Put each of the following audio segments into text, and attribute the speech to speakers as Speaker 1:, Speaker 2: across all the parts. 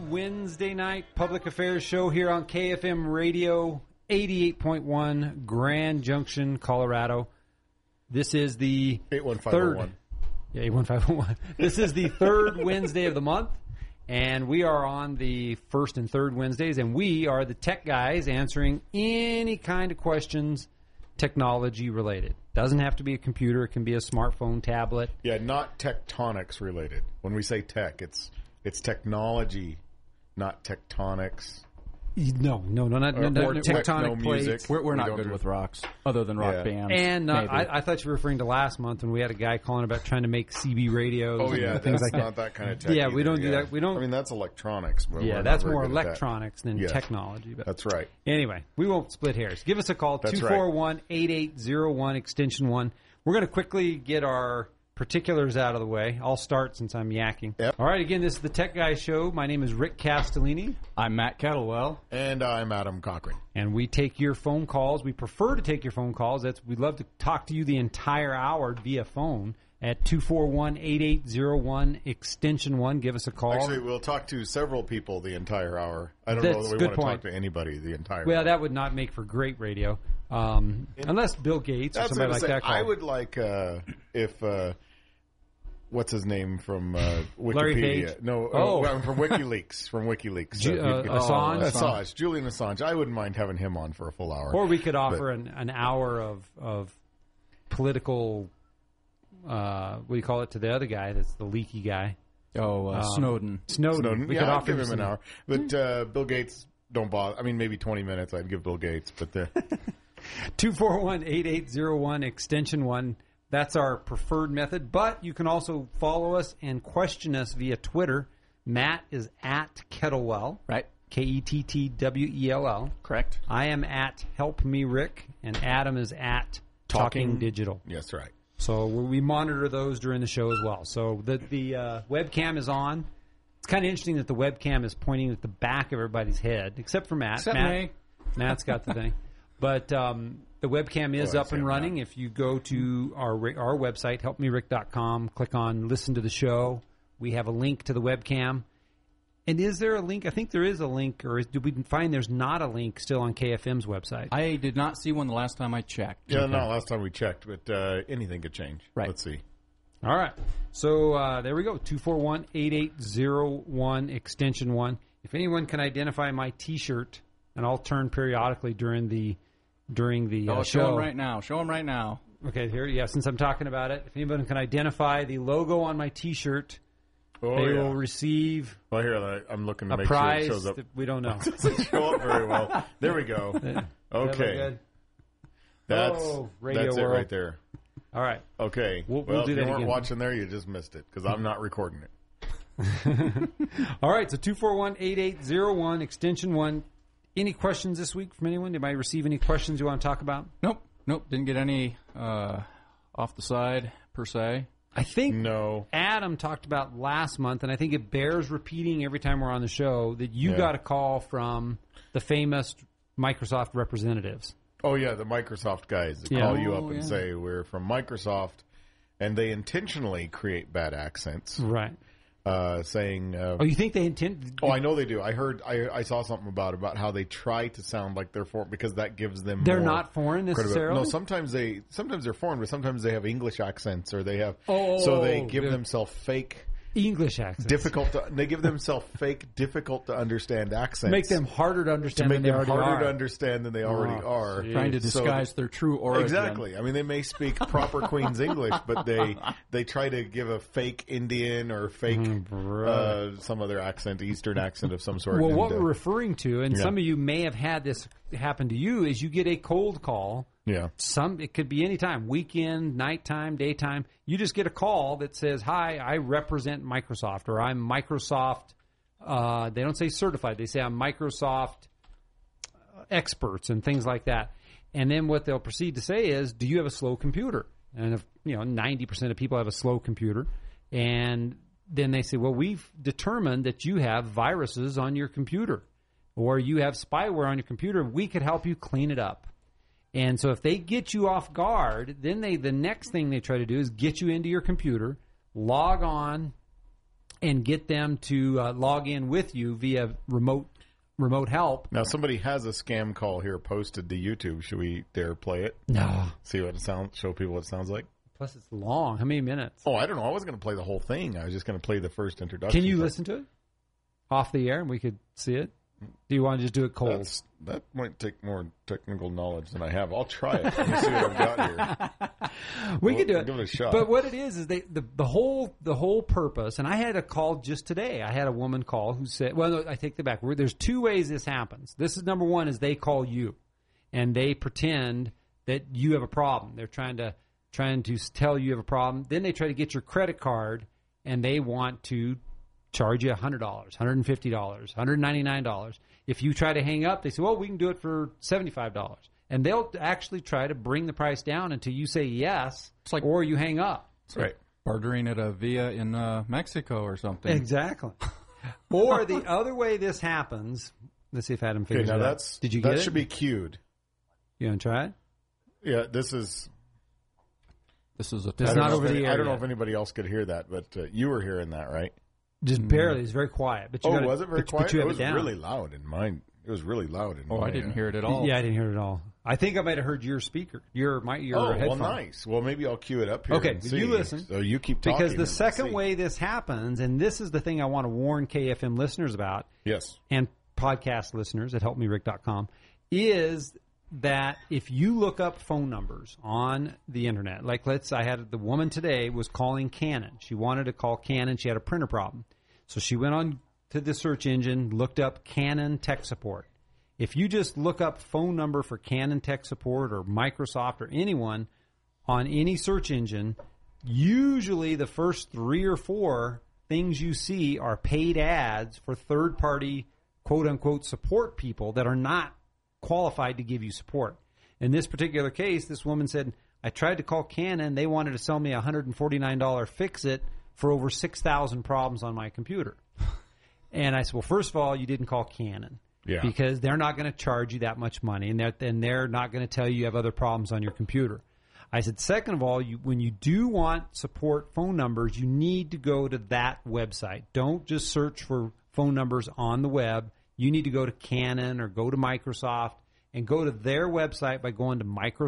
Speaker 1: Wednesday night public affairs show here on KFM Radio 88.1 Grand Junction, Colorado. This is the
Speaker 2: 81501.
Speaker 1: Third. Yeah, 81501. This is the third Wednesday of the month, and we are on the first and third Wednesdays, and we are the tech guys answering any kind of questions technology related. Doesn't have to be a computer, it can be a smartphone, tablet.
Speaker 2: Yeah, not tectonics related. When we say tech, it's it's technology, not tectonics.
Speaker 1: No, no, no, not, no,
Speaker 2: Or-
Speaker 1: no,
Speaker 2: or
Speaker 1: no,
Speaker 2: techno
Speaker 1: tectonic plates.
Speaker 2: music.
Speaker 3: We're, we're
Speaker 2: We
Speaker 3: not
Speaker 2: don't
Speaker 3: good
Speaker 2: do-
Speaker 3: with rocks, other than rock
Speaker 2: Yeah.
Speaker 3: bands.
Speaker 1: And uh,
Speaker 3: maybe.
Speaker 1: I, I thought you were referring to last month when we had a guy calling about trying to make CB radios.
Speaker 2: Oh
Speaker 1: and
Speaker 2: yeah,
Speaker 1: things
Speaker 2: that's
Speaker 1: like
Speaker 2: not that. kind of tech.
Speaker 1: Yeah, we
Speaker 2: either,
Speaker 1: don't do
Speaker 2: yeah.
Speaker 1: that. We don't-
Speaker 2: I mean, that's electronics. But
Speaker 1: that.
Speaker 2: we're
Speaker 1: Yeah,
Speaker 2: not
Speaker 1: that's
Speaker 2: very
Speaker 1: more
Speaker 2: good at that.
Speaker 1: electronics than
Speaker 2: Yes.
Speaker 1: technology. But
Speaker 2: That's right.
Speaker 1: anyway, we won't split hairs. Give us a call
Speaker 2: That's right.
Speaker 1: 241-8801 extension one. We're going to quickly get our particulars out of the way. I'll start since I'm yakking.
Speaker 2: Yep.
Speaker 1: All right, again, this is the Tech Guy Show. My name is Rick Castellini.
Speaker 3: I'm Matt Kettlewell.
Speaker 2: And I'm Adam Cochran.
Speaker 1: and we take your phone calls. We prefer to take your phone calls. That's we'd love to talk to you the entire hour via phone at 241-8801 extension 1. Give us a call.
Speaker 2: Actually, we'll talk to several people the entire hour. I don't
Speaker 1: That's
Speaker 2: know that
Speaker 1: good
Speaker 2: we want to
Speaker 1: point.
Speaker 2: talk to anybody the entire.
Speaker 1: well,
Speaker 2: hour.
Speaker 1: that would not make for great radio. Um, unless Bill Gates or
Speaker 2: that's what
Speaker 1: somebody
Speaker 2: I'm
Speaker 1: like
Speaker 2: saying.
Speaker 1: that called.
Speaker 2: I would like uh, if. Uh, What's his name from uh, Wikipedia?
Speaker 1: Larry Page?
Speaker 2: No,
Speaker 1: Oh.
Speaker 2: oh. from WikiLeaks. From WikiLeaks,
Speaker 1: Ju-
Speaker 2: Uh,
Speaker 1: uh,
Speaker 2: if you could-
Speaker 1: Assange?
Speaker 2: Assange, Julian Assange. I wouldn't mind having him on for a full hour.
Speaker 1: or we could offer an, an hour of of political uh, what do you call it to the other guy that's the leaky guy.
Speaker 3: Oh, uh, Snowden.
Speaker 1: Snowden.
Speaker 2: Snowden.
Speaker 1: We
Speaker 2: yeah,
Speaker 1: could
Speaker 2: I'd
Speaker 1: offer
Speaker 2: give him
Speaker 1: some-
Speaker 2: an hour. But uh, Bill Gates, don't bother. I mean, maybe 20 minutes I'd give Bill Gates, but uh, the,
Speaker 1: 241-8801 extension 1 that's our preferred method but you can also follow us and question us via twitter matt is at E kettlewell
Speaker 3: Right.
Speaker 1: k-e-t-t-w-e-l-l
Speaker 3: Correct.
Speaker 1: E i am at help me rick and adam is at talking, digital
Speaker 2: yes, right.
Speaker 1: so we we monitor those during the show as well so the, the uh, webcam is on it's kind of interesting that the webcam is pointing at the back of everybody's head except for matt
Speaker 3: Except
Speaker 1: matt,
Speaker 3: me.
Speaker 1: Matt's got the thing. But um, the webcam is
Speaker 2: Oh, I
Speaker 1: up
Speaker 2: see
Speaker 1: and
Speaker 2: it
Speaker 1: running. If you go to our our website, helpmerick.com, click on listen to the show. We have a link to the webcam. And is there a link? I think there is a link, or is, did we find there's not a link still on KFM's website?
Speaker 3: I did not see one the last time I checked.
Speaker 2: Yeah, no, last time we checked, but uh, anything could change.
Speaker 3: Right.
Speaker 2: Let's see.
Speaker 1: All right. So uh, there we go 241 8801 extension 1. If anyone can identify my t shirt, and I'll turn periodically during the during the uh,
Speaker 3: Oh, show
Speaker 1: show.
Speaker 3: him right now. Show him right now.
Speaker 1: Okay, here, yeah, since I'm talking about it, if anyone can identify the logo on my t shirt,
Speaker 2: Oh,
Speaker 1: they
Speaker 2: yeah.
Speaker 1: will receive
Speaker 2: well, here, I- I'm looking to
Speaker 1: a
Speaker 2: make
Speaker 1: prize.
Speaker 2: sure it shows up.
Speaker 1: that we don't know.
Speaker 2: Doesn't show up very well. There we go.
Speaker 1: Is that
Speaker 2: Okay.
Speaker 1: good?
Speaker 2: That's,
Speaker 1: Oh, Radio
Speaker 2: that's it
Speaker 1: World.
Speaker 2: right there.
Speaker 1: All right.
Speaker 2: Okay.
Speaker 1: We'll- we'll do
Speaker 2: if
Speaker 1: that
Speaker 2: you weren't
Speaker 1: again.
Speaker 2: watching there, you just missed it because I'm not recording it.
Speaker 1: All right, so 241 8801, extension 1. Any questions this week from anyone? Did I receive any questions you want to talk about?
Speaker 3: Nope. Nope. Didn't get any uh, off the side per se.
Speaker 1: I think
Speaker 2: No.
Speaker 1: Adam talked about last month, and I think it bears repeating every time we're on the show that you
Speaker 2: Yeah.
Speaker 1: got a call from the famous Microsoft representatives.
Speaker 2: Oh yeah, the Microsoft guys that
Speaker 1: Yeah.
Speaker 2: call you up
Speaker 3: Oh,
Speaker 2: and
Speaker 3: yeah.
Speaker 2: say we're from Microsoft, and they intentionally create bad accents,
Speaker 1: Right.
Speaker 2: uh, saying, uh,
Speaker 1: Oh, you think they intend?
Speaker 2: "Oh, I know they do." I heard, I, I saw something about about how they try to sound like they're foreign because that gives them.
Speaker 1: They're
Speaker 2: more
Speaker 1: not foreign
Speaker 2: credibility.
Speaker 1: necessarily?
Speaker 2: No, sometimes they sometimes they're foreign, but sometimes they have English accents or they have.
Speaker 1: Oh,
Speaker 2: so they give
Speaker 1: yeah.
Speaker 2: themselves fake.
Speaker 1: English accent.
Speaker 2: Difficult to they give themselves fake, difficult to understand accents.
Speaker 1: make them harder to understand
Speaker 2: make
Speaker 1: than they
Speaker 2: them
Speaker 1: already
Speaker 2: harder
Speaker 1: are.
Speaker 2: to understand than they already
Speaker 1: Oh,
Speaker 2: are.
Speaker 3: Trying to
Speaker 2: So-
Speaker 3: disguise their true origin.
Speaker 2: Exactly. I mean, they may speak proper Queen's English, but they they try to give a fake Indian or fake
Speaker 1: Mm,
Speaker 2: uh, some other accent, Eastern accent of some sort.
Speaker 1: well, what
Speaker 2: And, uh,
Speaker 1: we're referring to, and
Speaker 2: Yeah.
Speaker 1: some of you may have had this happen to you, is you get a cold call.
Speaker 2: yeah,
Speaker 1: Some it could be any time, weekend, nighttime, daytime. You just get a call that says, "Hi, I represent Microsoft," or "I'm Microsoft." Uh, they don't say certified; they say I'm Microsoft uh, experts and things like that. And then what they'll proceed to say is, "Do you have a slow computer?" And if you know, ninety percent of people have a slow computer, and then they say, "Well, we've determined that you have viruses on your computer, or you have spyware on your computer. We could help you clean it up." And so if they get you off guard, then they the next thing they try to do is get you into your computer, log on, and get them to uh, log in with you via remote remote help.
Speaker 2: Now somebody has a scam call here posted to YouTube. Should we dare play it?
Speaker 1: No.
Speaker 2: See what it sounds. Show people what it sounds like.
Speaker 1: Plus, it's long. How many minutes?
Speaker 2: Oh, I don't know. I was going to play the whole thing. I was just going to play the first introduction.
Speaker 1: Can you
Speaker 2: but
Speaker 1: listen to it off the air and we could see it? Do you want to just do it cold?
Speaker 2: That's, that might take more technical knowledge than I have. I'll try it. Let me see what I've got here.
Speaker 1: we could do
Speaker 2: Well,
Speaker 1: it.
Speaker 2: give it a shot.
Speaker 1: But what it is is they the, the whole the whole purpose. And I had a call just today. I had a woman call who said, "Well, no, I take that back. We're- There's two ways this happens. This is number one is they call you, and they pretend that you have a problem. They're trying to trying to s- tell you you have a problem. Then they try to get your credit card, and they want to charge you $100, $150, $199. If you try to hang up, they say, well, we can do it for $75. And they'll actually try to bring the price down until you say yes
Speaker 3: It's like-
Speaker 1: or you hang up.
Speaker 3: It's like bartering at a via in uh, Mexico or something.
Speaker 1: Exactly. or the other way this happens, let's see if Adam
Speaker 2: Okay,
Speaker 1: figures
Speaker 2: now
Speaker 1: it out.
Speaker 2: that's
Speaker 1: Did you
Speaker 2: that
Speaker 1: get
Speaker 2: should
Speaker 1: it?
Speaker 2: be cued.
Speaker 1: You want to try it?
Speaker 2: Yeah, this is.
Speaker 3: This is a
Speaker 2: I
Speaker 1: It's
Speaker 2: don't
Speaker 1: not
Speaker 2: know
Speaker 1: over
Speaker 2: if
Speaker 1: the
Speaker 2: any-
Speaker 1: air
Speaker 2: I don't know
Speaker 1: yet.
Speaker 2: if anybody else could hear that, but uh, you were hearing that, right?
Speaker 1: Just barely. It's very quiet. But you
Speaker 2: Hmm. oh,
Speaker 1: got
Speaker 2: was it very
Speaker 1: but,
Speaker 2: quiet?
Speaker 1: But you
Speaker 2: it
Speaker 1: have
Speaker 2: was
Speaker 1: down.
Speaker 2: really loud in mine. It was really loud in
Speaker 3: Oh, I didn't hear it at all.
Speaker 1: Yeah, I didn't hear it at all. I think I might have heard your speaker, your my your
Speaker 2: Oh, well,
Speaker 1: headphone.
Speaker 2: nice. Well, maybe I'll cue it up here.
Speaker 1: Okay,
Speaker 2: and
Speaker 1: you
Speaker 2: see.
Speaker 1: listen.
Speaker 2: So you keep talking
Speaker 1: Because
Speaker 2: and
Speaker 1: the
Speaker 2: we'll
Speaker 1: second
Speaker 2: see.
Speaker 1: way this happens, and this is the thing I want to warn KFM listeners about
Speaker 2: Yes.
Speaker 1: and podcast listeners at helpmerick.com, is that if you look up phone numbers on the internet, like let's, I had the woman today was calling Canon. She wanted to call Canon. She had a printer problem. So she went on to the search engine, looked up Canon tech support. If you just look up phone number for Canon tech support or Microsoft or anyone, on any search engine, usually the first three or four things you see are paid ads for third party quote unquote support people that are not qualified to give you support. In this particular case, this woman said, I tried to call Canon. They wanted to sell me a $149 fix it for over 6,000 problems on my computer. And I said, well, first of all, you didn't call Canon.
Speaker 2: Yeah.
Speaker 1: Because they're not going to charge you that much money, and they're, and they're not going to tell you you have other problems on your computer. I said, second of all, you, when you do want support phone numbers, you need to go to that website. Don't just search for phone numbers on the web. You need to go to Canon or go to Microsoft and go to their website by going to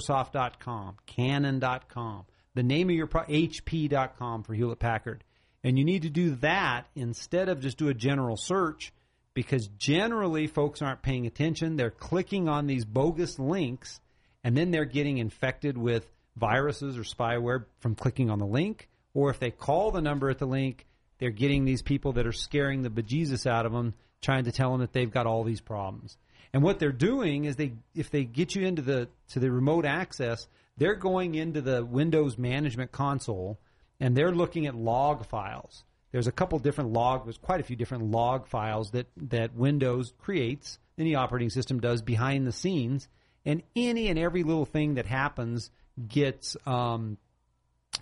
Speaker 1: Microsoft.com, Canon.com, the name of your pro- HP.com for Hewlett Packard. And you need to do that instead of just do a general search because generally folks aren't paying attention. They're clicking on these bogus links and then they're getting infected with viruses or spyware from clicking on the link. Or if they call the number at the link, they're getting these people that are scaring the bejesus out of them, trying to tell them that they've got all these problems. And what they're doing is they, if they get you into the to the remote access, they're going into the Windows Management Console and they're looking at log files. There's a couple different log, there's quite a few different log files that, that Windows creates, any operating system does behind the scenes, and any and every little thing that happens gets um,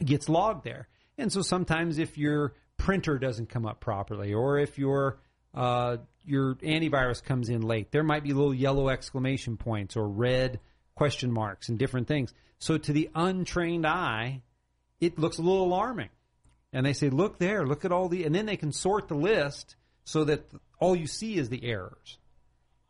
Speaker 1: gets logged there. And so sometimes if your printer doesn't come up properly, or if your uh, your antivirus comes in late, there might be little yellow exclamation points or red question marks and different things. So to the untrained eye, it looks a little alarming. And they say, look there, look at all the, and then they can sort the list so that th- all you see is the errors.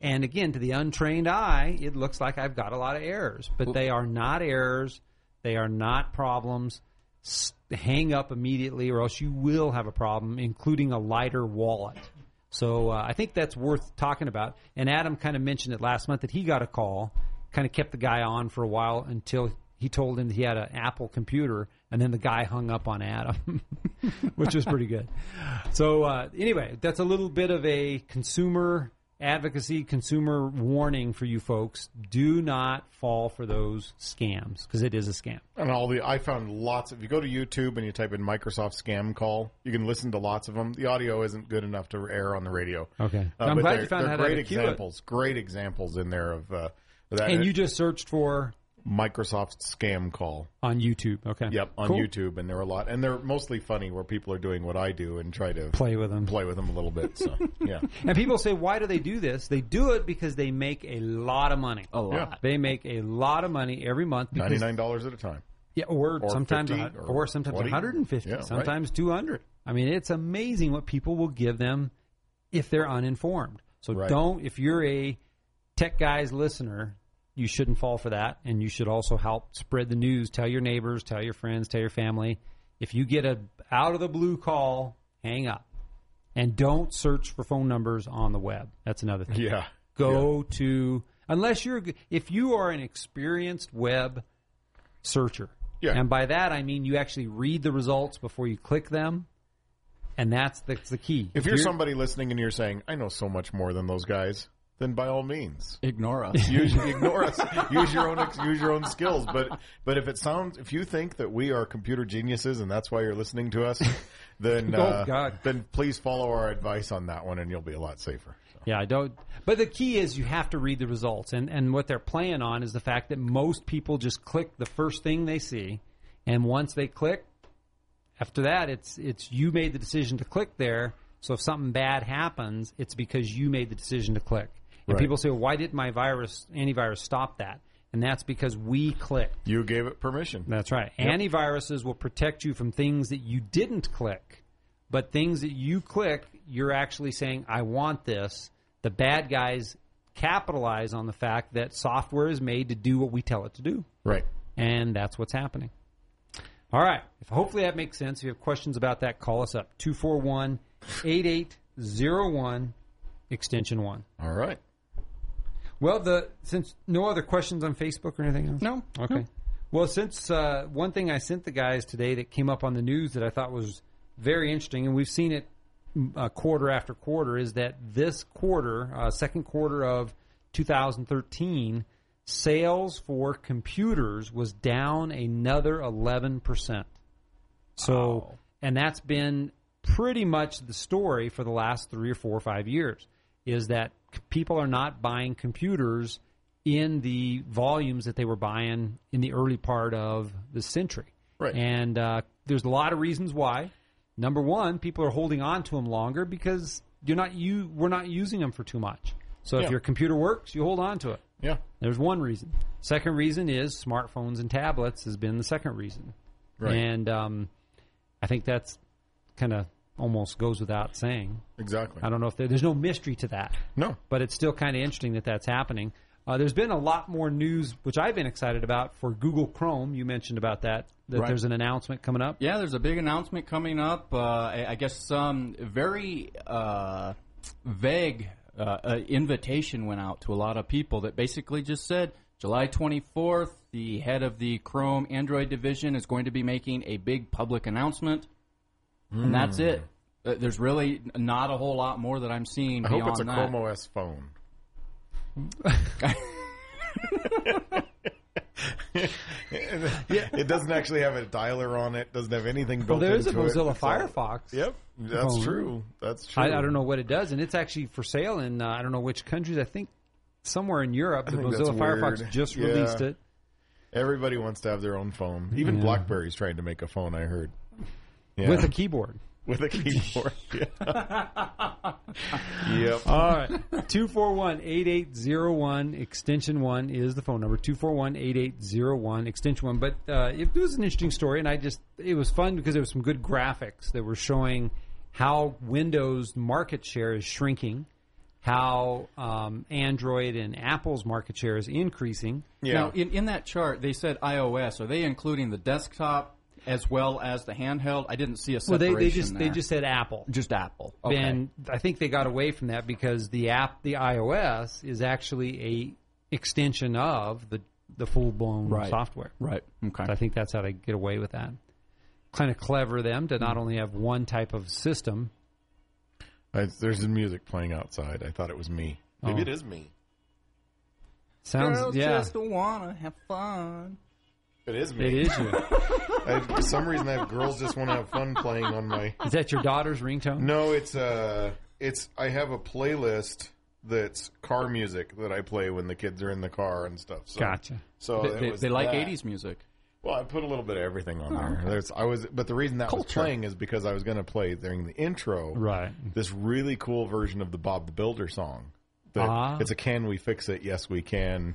Speaker 1: And again, to the untrained eye, it looks like I've got a lot of errors, but they are not errors. They are not problems. S- hang up immediately, or else you will have a problem, including a lighter wallet. So uh, I think that's worth talking about. And Adam kind of mentioned it last month that he got a call, kind of kept the guy on for a while until he told him he had an Apple computer, and then the guy hung up on Adam, which was pretty good. So uh, anyway, that's a little bit of a consumer advocacy, consumer warning for you folks. Do not fall for those scams because it is a scam.
Speaker 2: And all the I found lots. If you go to YouTube and you type in Microsoft scam call, you can listen to lots of them. The audio isn't good enough to air on the radio.
Speaker 1: Okay.
Speaker 2: Uh,
Speaker 1: I'm
Speaker 2: but
Speaker 1: glad
Speaker 2: they're-
Speaker 1: you found
Speaker 2: they're
Speaker 1: out how to
Speaker 2: great
Speaker 1: cue it.
Speaker 2: examples. Great examples in there of uh, that
Speaker 1: And you just searched for
Speaker 2: Microsoft scam call.
Speaker 1: on YouTube. Okay.
Speaker 2: Yep, on
Speaker 1: Cool.
Speaker 2: YouTube, and there are a lot, and they're mostly funny where people are doing what I do and try to
Speaker 1: Play with them.
Speaker 2: play with them a little bit. So yeah,
Speaker 1: And people say, why do they do this? They do it because they make a lot of money.
Speaker 3: A lot.
Speaker 2: Yeah.
Speaker 1: They make a lot of money every month because
Speaker 2: ninety nine dollars at a time.
Speaker 1: Yeah, or, sometimes
Speaker 2: 50
Speaker 1: a hun-
Speaker 2: or
Speaker 1: or, sometimes
Speaker 2: 40.
Speaker 1: 150,
Speaker 2: Yeah, right.
Speaker 1: sometimes 200. I mean, it's amazing what people will give them if they're uninformed. So
Speaker 2: Right.
Speaker 1: don't, if you're a tech guys listener, you shouldn't fall for that. And you should also help spread the news. Tell your neighbors, tell your friends, tell your family. If you get a out of the blue call, hang up. And don't search for phone numbers on the web. That's another thing
Speaker 2: Yeah.
Speaker 1: go to unless you're if you are an experienced web searcher
Speaker 2: Yeah.
Speaker 1: and by that i mean you actually read the results before you click them and that's the, the key
Speaker 2: If you're, somebody listening and you're saying, I know so much more than those guys, then by all means.
Speaker 3: Ignore us.
Speaker 2: Use, ignore us. Use your own ex- use your own skills. But but if it sounds if you think that we are computer geniuses and that's why you're listening to us, then
Speaker 1: Oh,
Speaker 2: uh,
Speaker 1: God.
Speaker 2: then please follow our advice on that one and you'll be a lot safer.
Speaker 1: yeah i don't but the key is you have to read the results and and what they're playing on is the fact that most people just click the first thing they see and once they click after that it's it's you made the decision to click there so if something bad happens it's because you made the decision to click and
Speaker 2: Right.
Speaker 1: people say why did my virus antivirus stop that and that's because we clicked
Speaker 2: You gave it permission.
Speaker 1: that's right antiviruses will protect you from things that you didn't click but things that you click you're actually saying i want this the bad guys capitalize on the fact that software is made to do what we tell it to do
Speaker 2: Right.
Speaker 1: and that's what's happening. All right. If hopefully that makes sense. If you have questions about that, call us up 241 8801 extension 1.
Speaker 2: All right.
Speaker 1: Well, the since no other questions on Facebook or anything else?
Speaker 3: No.
Speaker 1: Okay. Well, since uh, one thing I sent the guys today that came up on the news that I thought was very interesting, and we've seen it mm, uh, quarter after quarter, is that this quarter, uh, second quarter of 2013, sales for computers was down another 11%. So, and that's been pretty much the story for the last three or four or five years is that c- people are not buying computers in the volumes that they were buying in the early part of the century.
Speaker 2: Right.
Speaker 1: And uh, there's a lot of reasons why. Number one, people are holding on to them longer because you're not you we're not using them for too much. So
Speaker 2: Yeah.
Speaker 1: if your computer works, you hold on to it.
Speaker 2: Yeah.
Speaker 1: There's one reason. Second reason is smartphones and tablets has been the second reason.
Speaker 2: Right.
Speaker 1: And um, I think that's kind of almost goes without saying.
Speaker 2: Exactly.
Speaker 1: I don't know if there, there's no mystery to that,
Speaker 2: No.
Speaker 1: but it's still kind of interesting that that's happening. Uh, there's been a lot more news, which I've been excited about for Google Chrome. You mentioned about that that
Speaker 2: Right.
Speaker 1: there's an announcement coming up.
Speaker 3: Yeah, there's a big announcement coming up. Uh, I, I guess some very uh, vague uh, uh, invitation went out to a lot of people that basically just said July 24th, the head of the Chrome Android division is going to be making a big public announcement, and
Speaker 2: Hmm.
Speaker 3: that's it. Uh, There's really not a whole lot more that I'm seeing.
Speaker 2: I hope
Speaker 3: beyond
Speaker 2: it's a
Speaker 3: that.
Speaker 2: Chrome OS phone. It doesn't actually have a dialer on it. Doesn't have anything built
Speaker 1: Well, there is a
Speaker 2: into it.
Speaker 1: Mozilla
Speaker 2: It's all-
Speaker 1: Firefox.
Speaker 2: Yep, that's
Speaker 1: Phone.
Speaker 2: true. That's true.
Speaker 1: I, I don't know what it does, and it's actually for sale in uh, I don't know which countries. I think somewhere in Europe, the
Speaker 2: think that's
Speaker 1: Mozilla Firefox
Speaker 2: weird.
Speaker 1: just
Speaker 2: Yeah.
Speaker 1: released it.
Speaker 2: Everybody wants to have their own phone. Even BlackBerry's trying to make a phone. I heard. Yeah.
Speaker 1: with a keyboard.
Speaker 2: with a keyboard. Yeah. yep.
Speaker 1: All right. 241 8801 extension 1 is the phone number 241 8801 extension 1 but uh, it was an interesting story and I just it was fun because there was some good graphics that were showing how Windows market share is shrinking, how um, Android and Apple's market share is increasing.
Speaker 2: yeah.
Speaker 3: Now, in, in that chart, they said iOS. Are they including the desktop as well as the handheld? I didn't see a
Speaker 1: Well,
Speaker 3: separation
Speaker 1: they, they just they
Speaker 3: there.
Speaker 1: just said Apple.
Speaker 3: just Apple. Okay.
Speaker 1: And I think they got away from that because the app, the iOS, is actually a extension of the the full blown
Speaker 3: Right.
Speaker 1: software.
Speaker 3: right. Okay.
Speaker 1: So I think that's how they get away with that. Kind of clever of them to not only have one type of system.
Speaker 2: I, there's music playing outside. I thought it was me. Maybe
Speaker 1: Oh.
Speaker 2: it is me.
Speaker 1: Sounds yeah,
Speaker 3: wanna have fun.
Speaker 2: It is me.
Speaker 1: it is you.
Speaker 2: I, for some reason, I have girls just want to have fun playing on my.
Speaker 1: Is that your daughter's ringtone?
Speaker 2: No, it's uh, it's I have a playlist that's car music that I play when the kids are in the car and stuff. So,
Speaker 1: Gotcha.
Speaker 2: So
Speaker 3: They,
Speaker 2: it
Speaker 3: they-
Speaker 2: was
Speaker 3: they like
Speaker 2: that.
Speaker 3: '80s music.
Speaker 2: Well, I put a little bit of everything on
Speaker 1: Oh,
Speaker 2: there. There's, I was, but the reason that was
Speaker 3: Culture.
Speaker 2: playing is because I was going to play during the intro,
Speaker 1: Right.
Speaker 2: This really cool version of the Bob the Builder song. That
Speaker 1: Ah.
Speaker 2: It's a "Can we fix it? Yes, we can."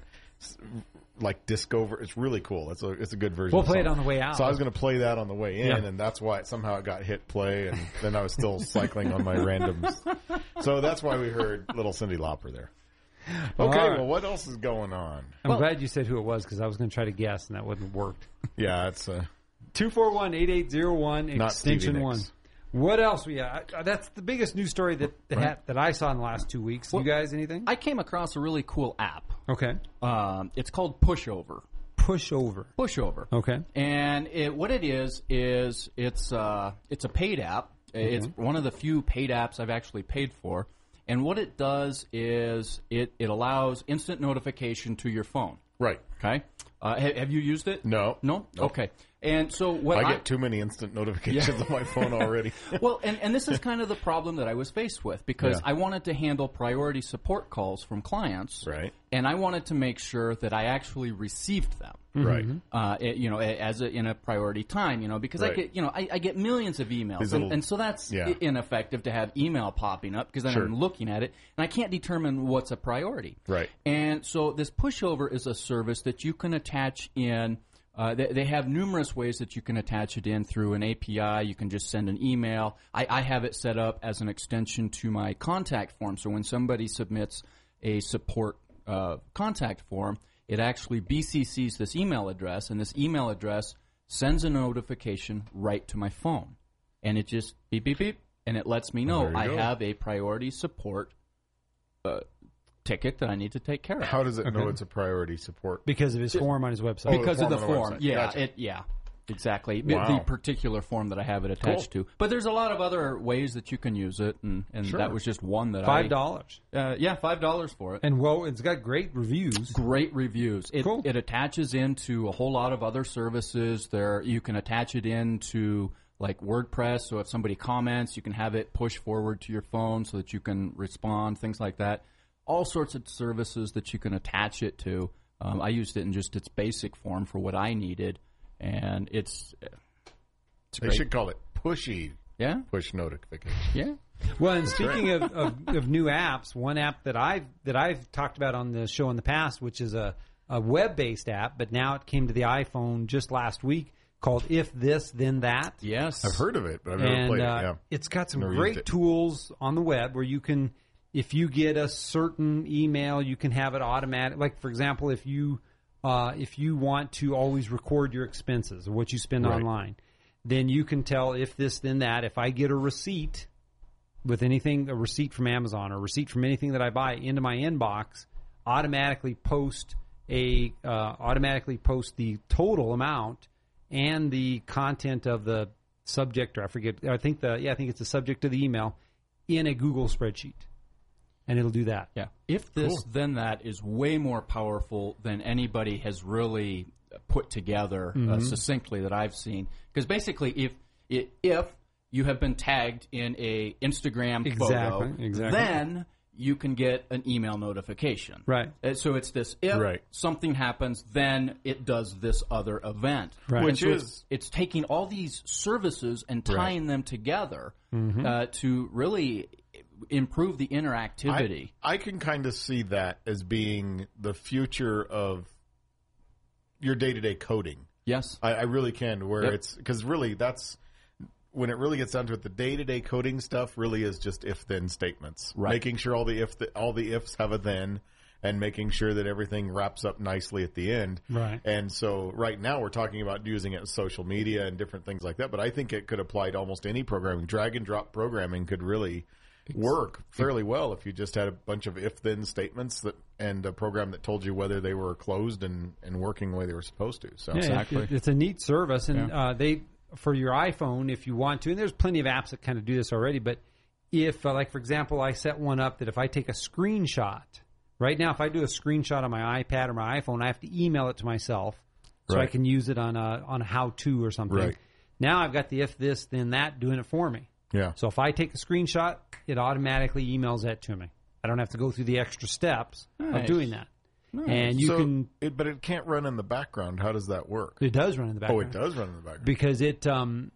Speaker 2: like disco. Ver- it's really cool. It's a it's a good version.
Speaker 1: We'll
Speaker 2: of the
Speaker 1: play it
Speaker 2: song.
Speaker 1: on the way out.
Speaker 2: So I was going to play that on the way in,
Speaker 1: Yeah.
Speaker 2: and that's why it, somehow it got hit play, and then I was still cycling on my randoms. So that's why we heard Little Cindy Lauper there. Okay,
Speaker 1: right.
Speaker 2: well, what else is going on?
Speaker 1: I'm glad you said who it was because I was going to try to guess and that wouldn't work.
Speaker 2: Yeah, it's uh,
Speaker 1: 241-8801
Speaker 2: Not Stevie
Speaker 1: extension
Speaker 2: Nicks.
Speaker 1: one. What else we got? I- That's the biggest news story that that, ha- that I saw in the last two weeks. you guys anything?
Speaker 3: I came across a really cool app.
Speaker 1: okay.
Speaker 3: Um, it's called Pushover.
Speaker 1: Push over.
Speaker 3: Pushover.
Speaker 1: Okay.
Speaker 3: And it, what it is is it's uh, it's a paid app. It's
Speaker 1: Mm-hmm.
Speaker 3: one of the few paid apps I've actually paid for. And what it does is it, it allows instant notification to your phone.
Speaker 2: right.
Speaker 3: Okay. Uh, ha- have you used it?
Speaker 2: No.
Speaker 3: No. Okay. And so what
Speaker 2: I get too many instant notifications on my phone already.
Speaker 3: well, and, and this is kind of the problem that I was faced with because
Speaker 2: Yeah.
Speaker 3: I wanted to handle priority support calls from clients,
Speaker 2: Right.
Speaker 3: And I wanted to make sure that I actually received them,
Speaker 2: Right.
Speaker 3: uh, it- you know, a- as a, in a priority time, you know, because I
Speaker 2: Right.
Speaker 3: get, you know, I, I get millions of emails,
Speaker 2: These
Speaker 3: and,
Speaker 2: little-
Speaker 3: and so that's
Speaker 2: yeah.
Speaker 3: i- ineffective to have email popping up because then
Speaker 2: Sure.
Speaker 3: I'm looking at it and I can't determine what's a priority,
Speaker 2: Right.
Speaker 3: And so this pushover is a service that you can attach in. Uh, they, they have numerous ways that you can attach it in through an API. You can just send an email. I, I have it set up as an extension to my contact form. So when somebody submits a support uh, contact form, it actually BCCs this email address, and this email address sends a notification right to my phone. And it just beep, beep, beep, and it lets me know
Speaker 2: There you
Speaker 3: I
Speaker 2: go.
Speaker 3: have a priority support uh, ticket that I need to take care of.
Speaker 2: How does it know it's a priority support?
Speaker 1: Because of his form on his website.
Speaker 2: Oh,
Speaker 3: because
Speaker 2: the
Speaker 3: of the
Speaker 2: form on the
Speaker 3: form.
Speaker 2: website.
Speaker 3: yeah,
Speaker 2: Gotcha.
Speaker 3: it, yeah, exactly.
Speaker 2: Wow.
Speaker 3: The particular form that I have it attached to. But there's a lot of other ways that you can use it, and, and
Speaker 2: Sure.
Speaker 3: that was just one that
Speaker 1: Five
Speaker 3: I.
Speaker 1: dollars.
Speaker 3: Uh, yeah, five dollars for it.
Speaker 1: And well, it's got great reviews.
Speaker 3: Great reviews. It,
Speaker 1: Cool.
Speaker 3: it attaches into a whole lot of other services. There, you can attach it into like WordPress. So if somebody comments, you can have it push forward to your phone so that you can respond. Things like that. All sorts of services that you can attach it to. Um, I used it in just its basic form for what I needed, and it's
Speaker 2: They should call it pushy
Speaker 3: yeah,
Speaker 2: push notification.
Speaker 3: yeah.
Speaker 1: Well, and speaking of, of, of new apps, one app that I've that I've talked about on the show in the past, which is a, a web based app, but now it came to the iPhone just last week called If This Then That.
Speaker 3: Yes,
Speaker 2: I've heard of it, but I've never
Speaker 1: And
Speaker 2: played
Speaker 1: uh,
Speaker 2: it. Yeah.
Speaker 1: it's got some
Speaker 2: Never used
Speaker 1: great
Speaker 2: it.
Speaker 1: tools on the web where you can, if you get a certain email, you can have it automatic. Like for example, if you uh, if you want to always record your expenses or what you spend online, then you can tell if this then that. If I get a receipt with anything, a receipt from Amazon or a receipt from anything that I buy into my inbox, automatically post a uh, automatically post the total amount and the content of the subject or I forget. I think the yeah I think it's the subject of the email in a Google spreadsheet, and it'll do that.
Speaker 3: Yeah. If this, then that is way more powerful than anybody has really put together uh, succinctly that I've seen. Because basically, if i- if you have been tagged in a Instagram photo,
Speaker 1: Exactly, exactly.
Speaker 3: then you can get an email notification.
Speaker 1: Right.
Speaker 3: Uh, So it's this if
Speaker 2: Right.
Speaker 3: something happens, then it does this other event. Right.
Speaker 2: Which is-
Speaker 3: it's, it's taking all these services and tying them together uh, to really improve the interactivity.
Speaker 2: I can kind of see that as being the future of your day to day coding.
Speaker 3: Yes.
Speaker 2: I, I really can, where
Speaker 3: Yep.
Speaker 2: it's because really that's when it really gets down to it. The day to day coding stuff really is just if then statements,
Speaker 3: Right.
Speaker 2: making sure all the if the, all the ifs have a then, and making sure that everything wraps up nicely at the end.
Speaker 1: Right.
Speaker 2: And so right now we're talking about using it in social media and different things like that, but I think it could apply to almost any programming. Drag and drop programming could really work fairly well if you just had a bunch of if then statements that and a program that told you whether they were closed and, and working the way they were supposed to. So
Speaker 1: Yeah, it-
Speaker 3: Exactly.
Speaker 1: it- it's a neat service, and uh, they for your iPhone if you want to. And there's plenty of apps that kind of do this already. But if, uh, like for example, I set one up that if I take a screenshot right now, if I do a screenshot on my iPad or my iPhone, I have to email it to myself so I
Speaker 2: Right.
Speaker 1: can use it on a on a how to or something.
Speaker 2: Right.
Speaker 1: Now I've got the if this then that doing it for me.
Speaker 2: yeah.
Speaker 1: So if I take a screenshot, it automatically emails that to me. I don't have to go through the extra steps of
Speaker 3: Nice.
Speaker 1: doing that. And you
Speaker 2: so
Speaker 1: can.
Speaker 2: it, but it can't run in the background. How does that work?
Speaker 1: It does run in the
Speaker 2: Oh,
Speaker 1: background.
Speaker 2: it does run in the background.
Speaker 1: because it um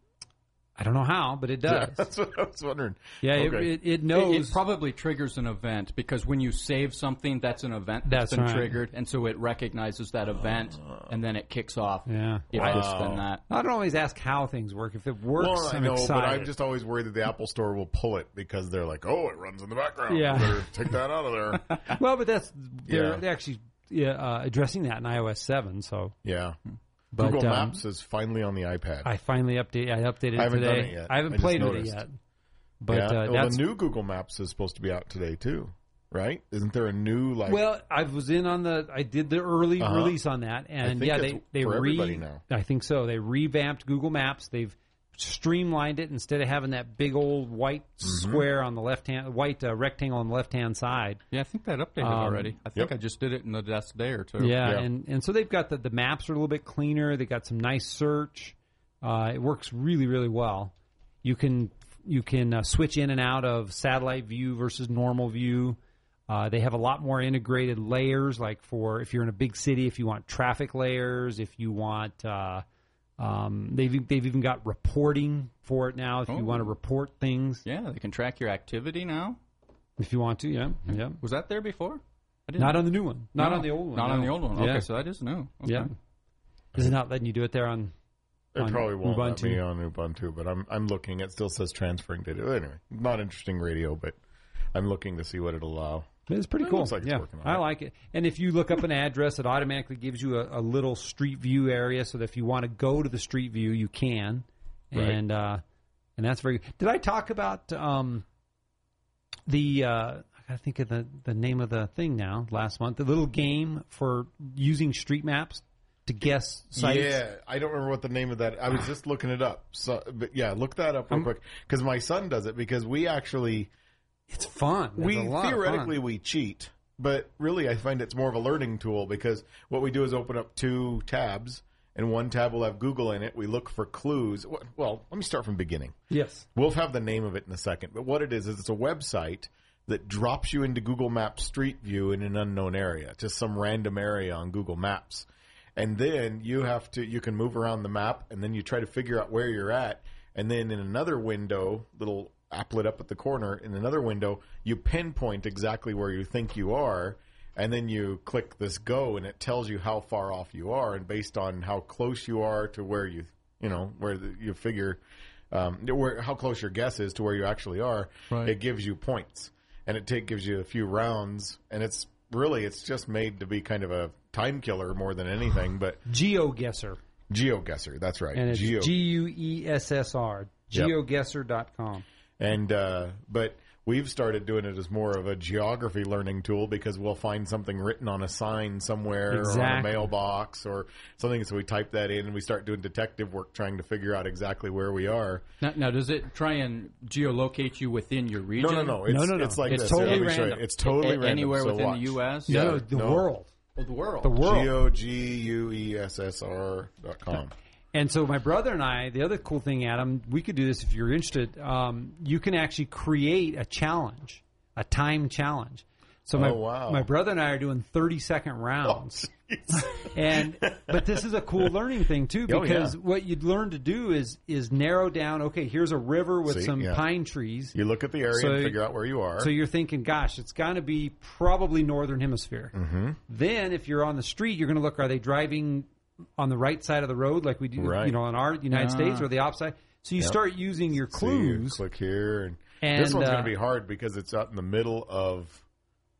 Speaker 1: I don't know how, but it does.
Speaker 2: That's what I was wondering.
Speaker 1: Yeah,
Speaker 2: Okay.
Speaker 1: it, it, it
Speaker 3: It-
Speaker 1: knows.
Speaker 3: It, probably triggers an event because when you save something, that's an event
Speaker 1: That's
Speaker 3: been
Speaker 1: right.
Speaker 3: triggered, and so it recognizes that event,
Speaker 2: Uh.
Speaker 3: and then it kicks off.
Speaker 1: Yeah.
Speaker 3: if
Speaker 1: Wow.
Speaker 3: this then that.
Speaker 1: I don't always ask how things work. If it works,
Speaker 2: Well, I
Speaker 1: I'm
Speaker 2: know, but
Speaker 1: excited.
Speaker 2: I'm just always worried that the Apple Store will pull it because they're like, "Oh, it runs in the background.
Speaker 1: Yeah.
Speaker 2: Better take that out of there."
Speaker 1: well, but that's they're,
Speaker 2: Yeah.
Speaker 1: they're actually yeah, uh, addressing that in iOS seven. So
Speaker 2: Yeah.
Speaker 1: But,
Speaker 2: Google
Speaker 1: um,
Speaker 2: Maps is finally on the iPad.
Speaker 1: I finally update. I updated
Speaker 2: I
Speaker 1: it
Speaker 2: haven't
Speaker 1: today.
Speaker 2: done it yet.
Speaker 1: I haven't
Speaker 2: I just
Speaker 1: played with it
Speaker 2: noticed.
Speaker 1: yet. But
Speaker 2: yeah.
Speaker 1: uh,
Speaker 2: well,
Speaker 1: that's
Speaker 2: the new Google Maps is supposed to be out today too, right? Isn't there a new like?
Speaker 1: Well, I was in on the. I did the early
Speaker 2: Uh-huh.
Speaker 1: release on that, and
Speaker 2: think
Speaker 1: yeah,
Speaker 2: it's
Speaker 1: they they
Speaker 2: for
Speaker 1: re.
Speaker 2: everybody now.
Speaker 1: I think so. They revamped Google Maps. They've streamlined it instead of having that big old white
Speaker 2: Mm-hmm.
Speaker 1: square on the left hand, white uh, rectangle on the left hand side.
Speaker 3: Yeah, I think that updated already. I think I just did it in the last day or two.
Speaker 1: Yeah,
Speaker 2: Yeah.
Speaker 1: and and so they've got the the maps are a little bit cleaner. They got some nice search. Uh, it works really really well. You can you can uh, switch in and out of satellite view versus normal view. Uh, they have a lot more integrated layers, like for if you're in a big city, if you want traffic layers, if you want. Uh, um, they've they've even got reporting for it now. If you want to report things,
Speaker 3: Oh. yeah, they can track your activity now.
Speaker 1: if you want to, yeah, yeah.
Speaker 3: Was that there before? I didn't.
Speaker 1: Not on the new one, not
Speaker 3: No,
Speaker 1: on the old one,
Speaker 3: Not on
Speaker 1: no.
Speaker 3: the old one.
Speaker 1: Yeah.
Speaker 3: Okay, so that is new. Okay.
Speaker 1: yeah. Is it not letting you do it there on
Speaker 2: it
Speaker 1: on
Speaker 2: probably won't let
Speaker 1: Ubuntu.
Speaker 2: me on Ubuntu, but I'm I'm looking. It still says transferring data. Anyway, not interesting radio, but I'm looking to see what it'll allow.
Speaker 1: It's pretty
Speaker 2: It
Speaker 1: cool.
Speaker 2: looks like it's
Speaker 1: yeah,
Speaker 2: working all
Speaker 1: I
Speaker 2: right.
Speaker 1: like it. And if you look up an address, it automatically gives you a, a little street view area, so that if you want to go to the street view, you can.
Speaker 2: Right.
Speaker 1: And uh, and that's very. Did I talk about um, the? Uh, I gotta think of the the name of the thing now. Last month, the little game for using street maps to guess sites.
Speaker 2: Yeah, I don't remember what the name of that. I was just looking it up. So, but yeah, look that up real quick because my son does it because we actually
Speaker 1: it's fun. It's
Speaker 2: we
Speaker 1: a lot of fun.
Speaker 2: theoretically we cheat, but really I find it's more of a learning tool because what we do is open up two tabs and one tab will have Google in it. We look for clues. Wh- Well, let me start from the beginning.
Speaker 1: yes.
Speaker 2: We'll have the name of it in a second, but what it is is it's a website that drops you into Google Maps Street View in an unknown area, just some random area on Google Maps. And then you have to you can move around the map and then you try to figure out where you're at and then in another window, little applet up at the corner, in another window, you pinpoint exactly where you think you are and then you click this go and it tells you how far off you are and based on how close you are to where you you know where the, you figure um, where how close your guess is to where you actually are
Speaker 3: Right.
Speaker 2: it gives you points and it take, gives you a few rounds and it's really it's just made to be kind of a time killer more than anything but
Speaker 1: GeoGuessr,
Speaker 2: geoguesser that's right
Speaker 1: and it's
Speaker 2: Geo-
Speaker 1: G U E S S R.
Speaker 2: Yep.
Speaker 1: GeoGuessr.com.
Speaker 2: And uh, but we've started doing it as more of a geography learning tool because we'll find something written on a sign somewhere or on a
Speaker 1: Exactly.
Speaker 2: mailbox or something. So we type that in and we start doing detective work trying to figure out exactly where we are.
Speaker 3: Now, now, does it try and geolocate you within your region?
Speaker 2: No, no, no. It's,
Speaker 1: No, no, no.
Speaker 2: It's like
Speaker 3: It's
Speaker 2: this.
Speaker 3: totally
Speaker 2: Let me show you.
Speaker 3: random.
Speaker 2: It's totally
Speaker 3: A-
Speaker 2: random.
Speaker 3: anywhere
Speaker 2: So
Speaker 3: within the
Speaker 2: watch.
Speaker 3: U.S.?
Speaker 2: Yeah,
Speaker 1: no, the world.
Speaker 3: Oh, the world.
Speaker 1: The world.
Speaker 2: G o g u e s s r dot com.
Speaker 1: And so my brother and I, the other cool thing, Adam, we could do this if you're interested. Um, you can actually create a challenge, a time challenge. So my
Speaker 2: Oh, wow.
Speaker 1: my brother and I are doing 30 second rounds. and but this is a cool learning thing too
Speaker 2: Oh,
Speaker 1: because
Speaker 2: yeah.
Speaker 1: what you'd learn to do is is narrow down, okay, here's a river with
Speaker 2: See,
Speaker 1: some
Speaker 2: yeah.
Speaker 1: pine trees.
Speaker 2: You look at the area
Speaker 1: So-
Speaker 2: and figure out where you are.
Speaker 1: So you're thinking, gosh, it's going to be probably northern hemisphere. Mm-hmm. Then, if you're on the street, you're going to look: are they driving on the right side of the road, like we do,
Speaker 2: Right.
Speaker 1: you know, in our United
Speaker 3: Ah.
Speaker 1: States, or the opposite? So you start using your
Speaker 2: So you
Speaker 1: clues.
Speaker 2: click here, and,
Speaker 1: And,
Speaker 2: this one's
Speaker 1: uh,
Speaker 2: going to be hard because it's out in the middle of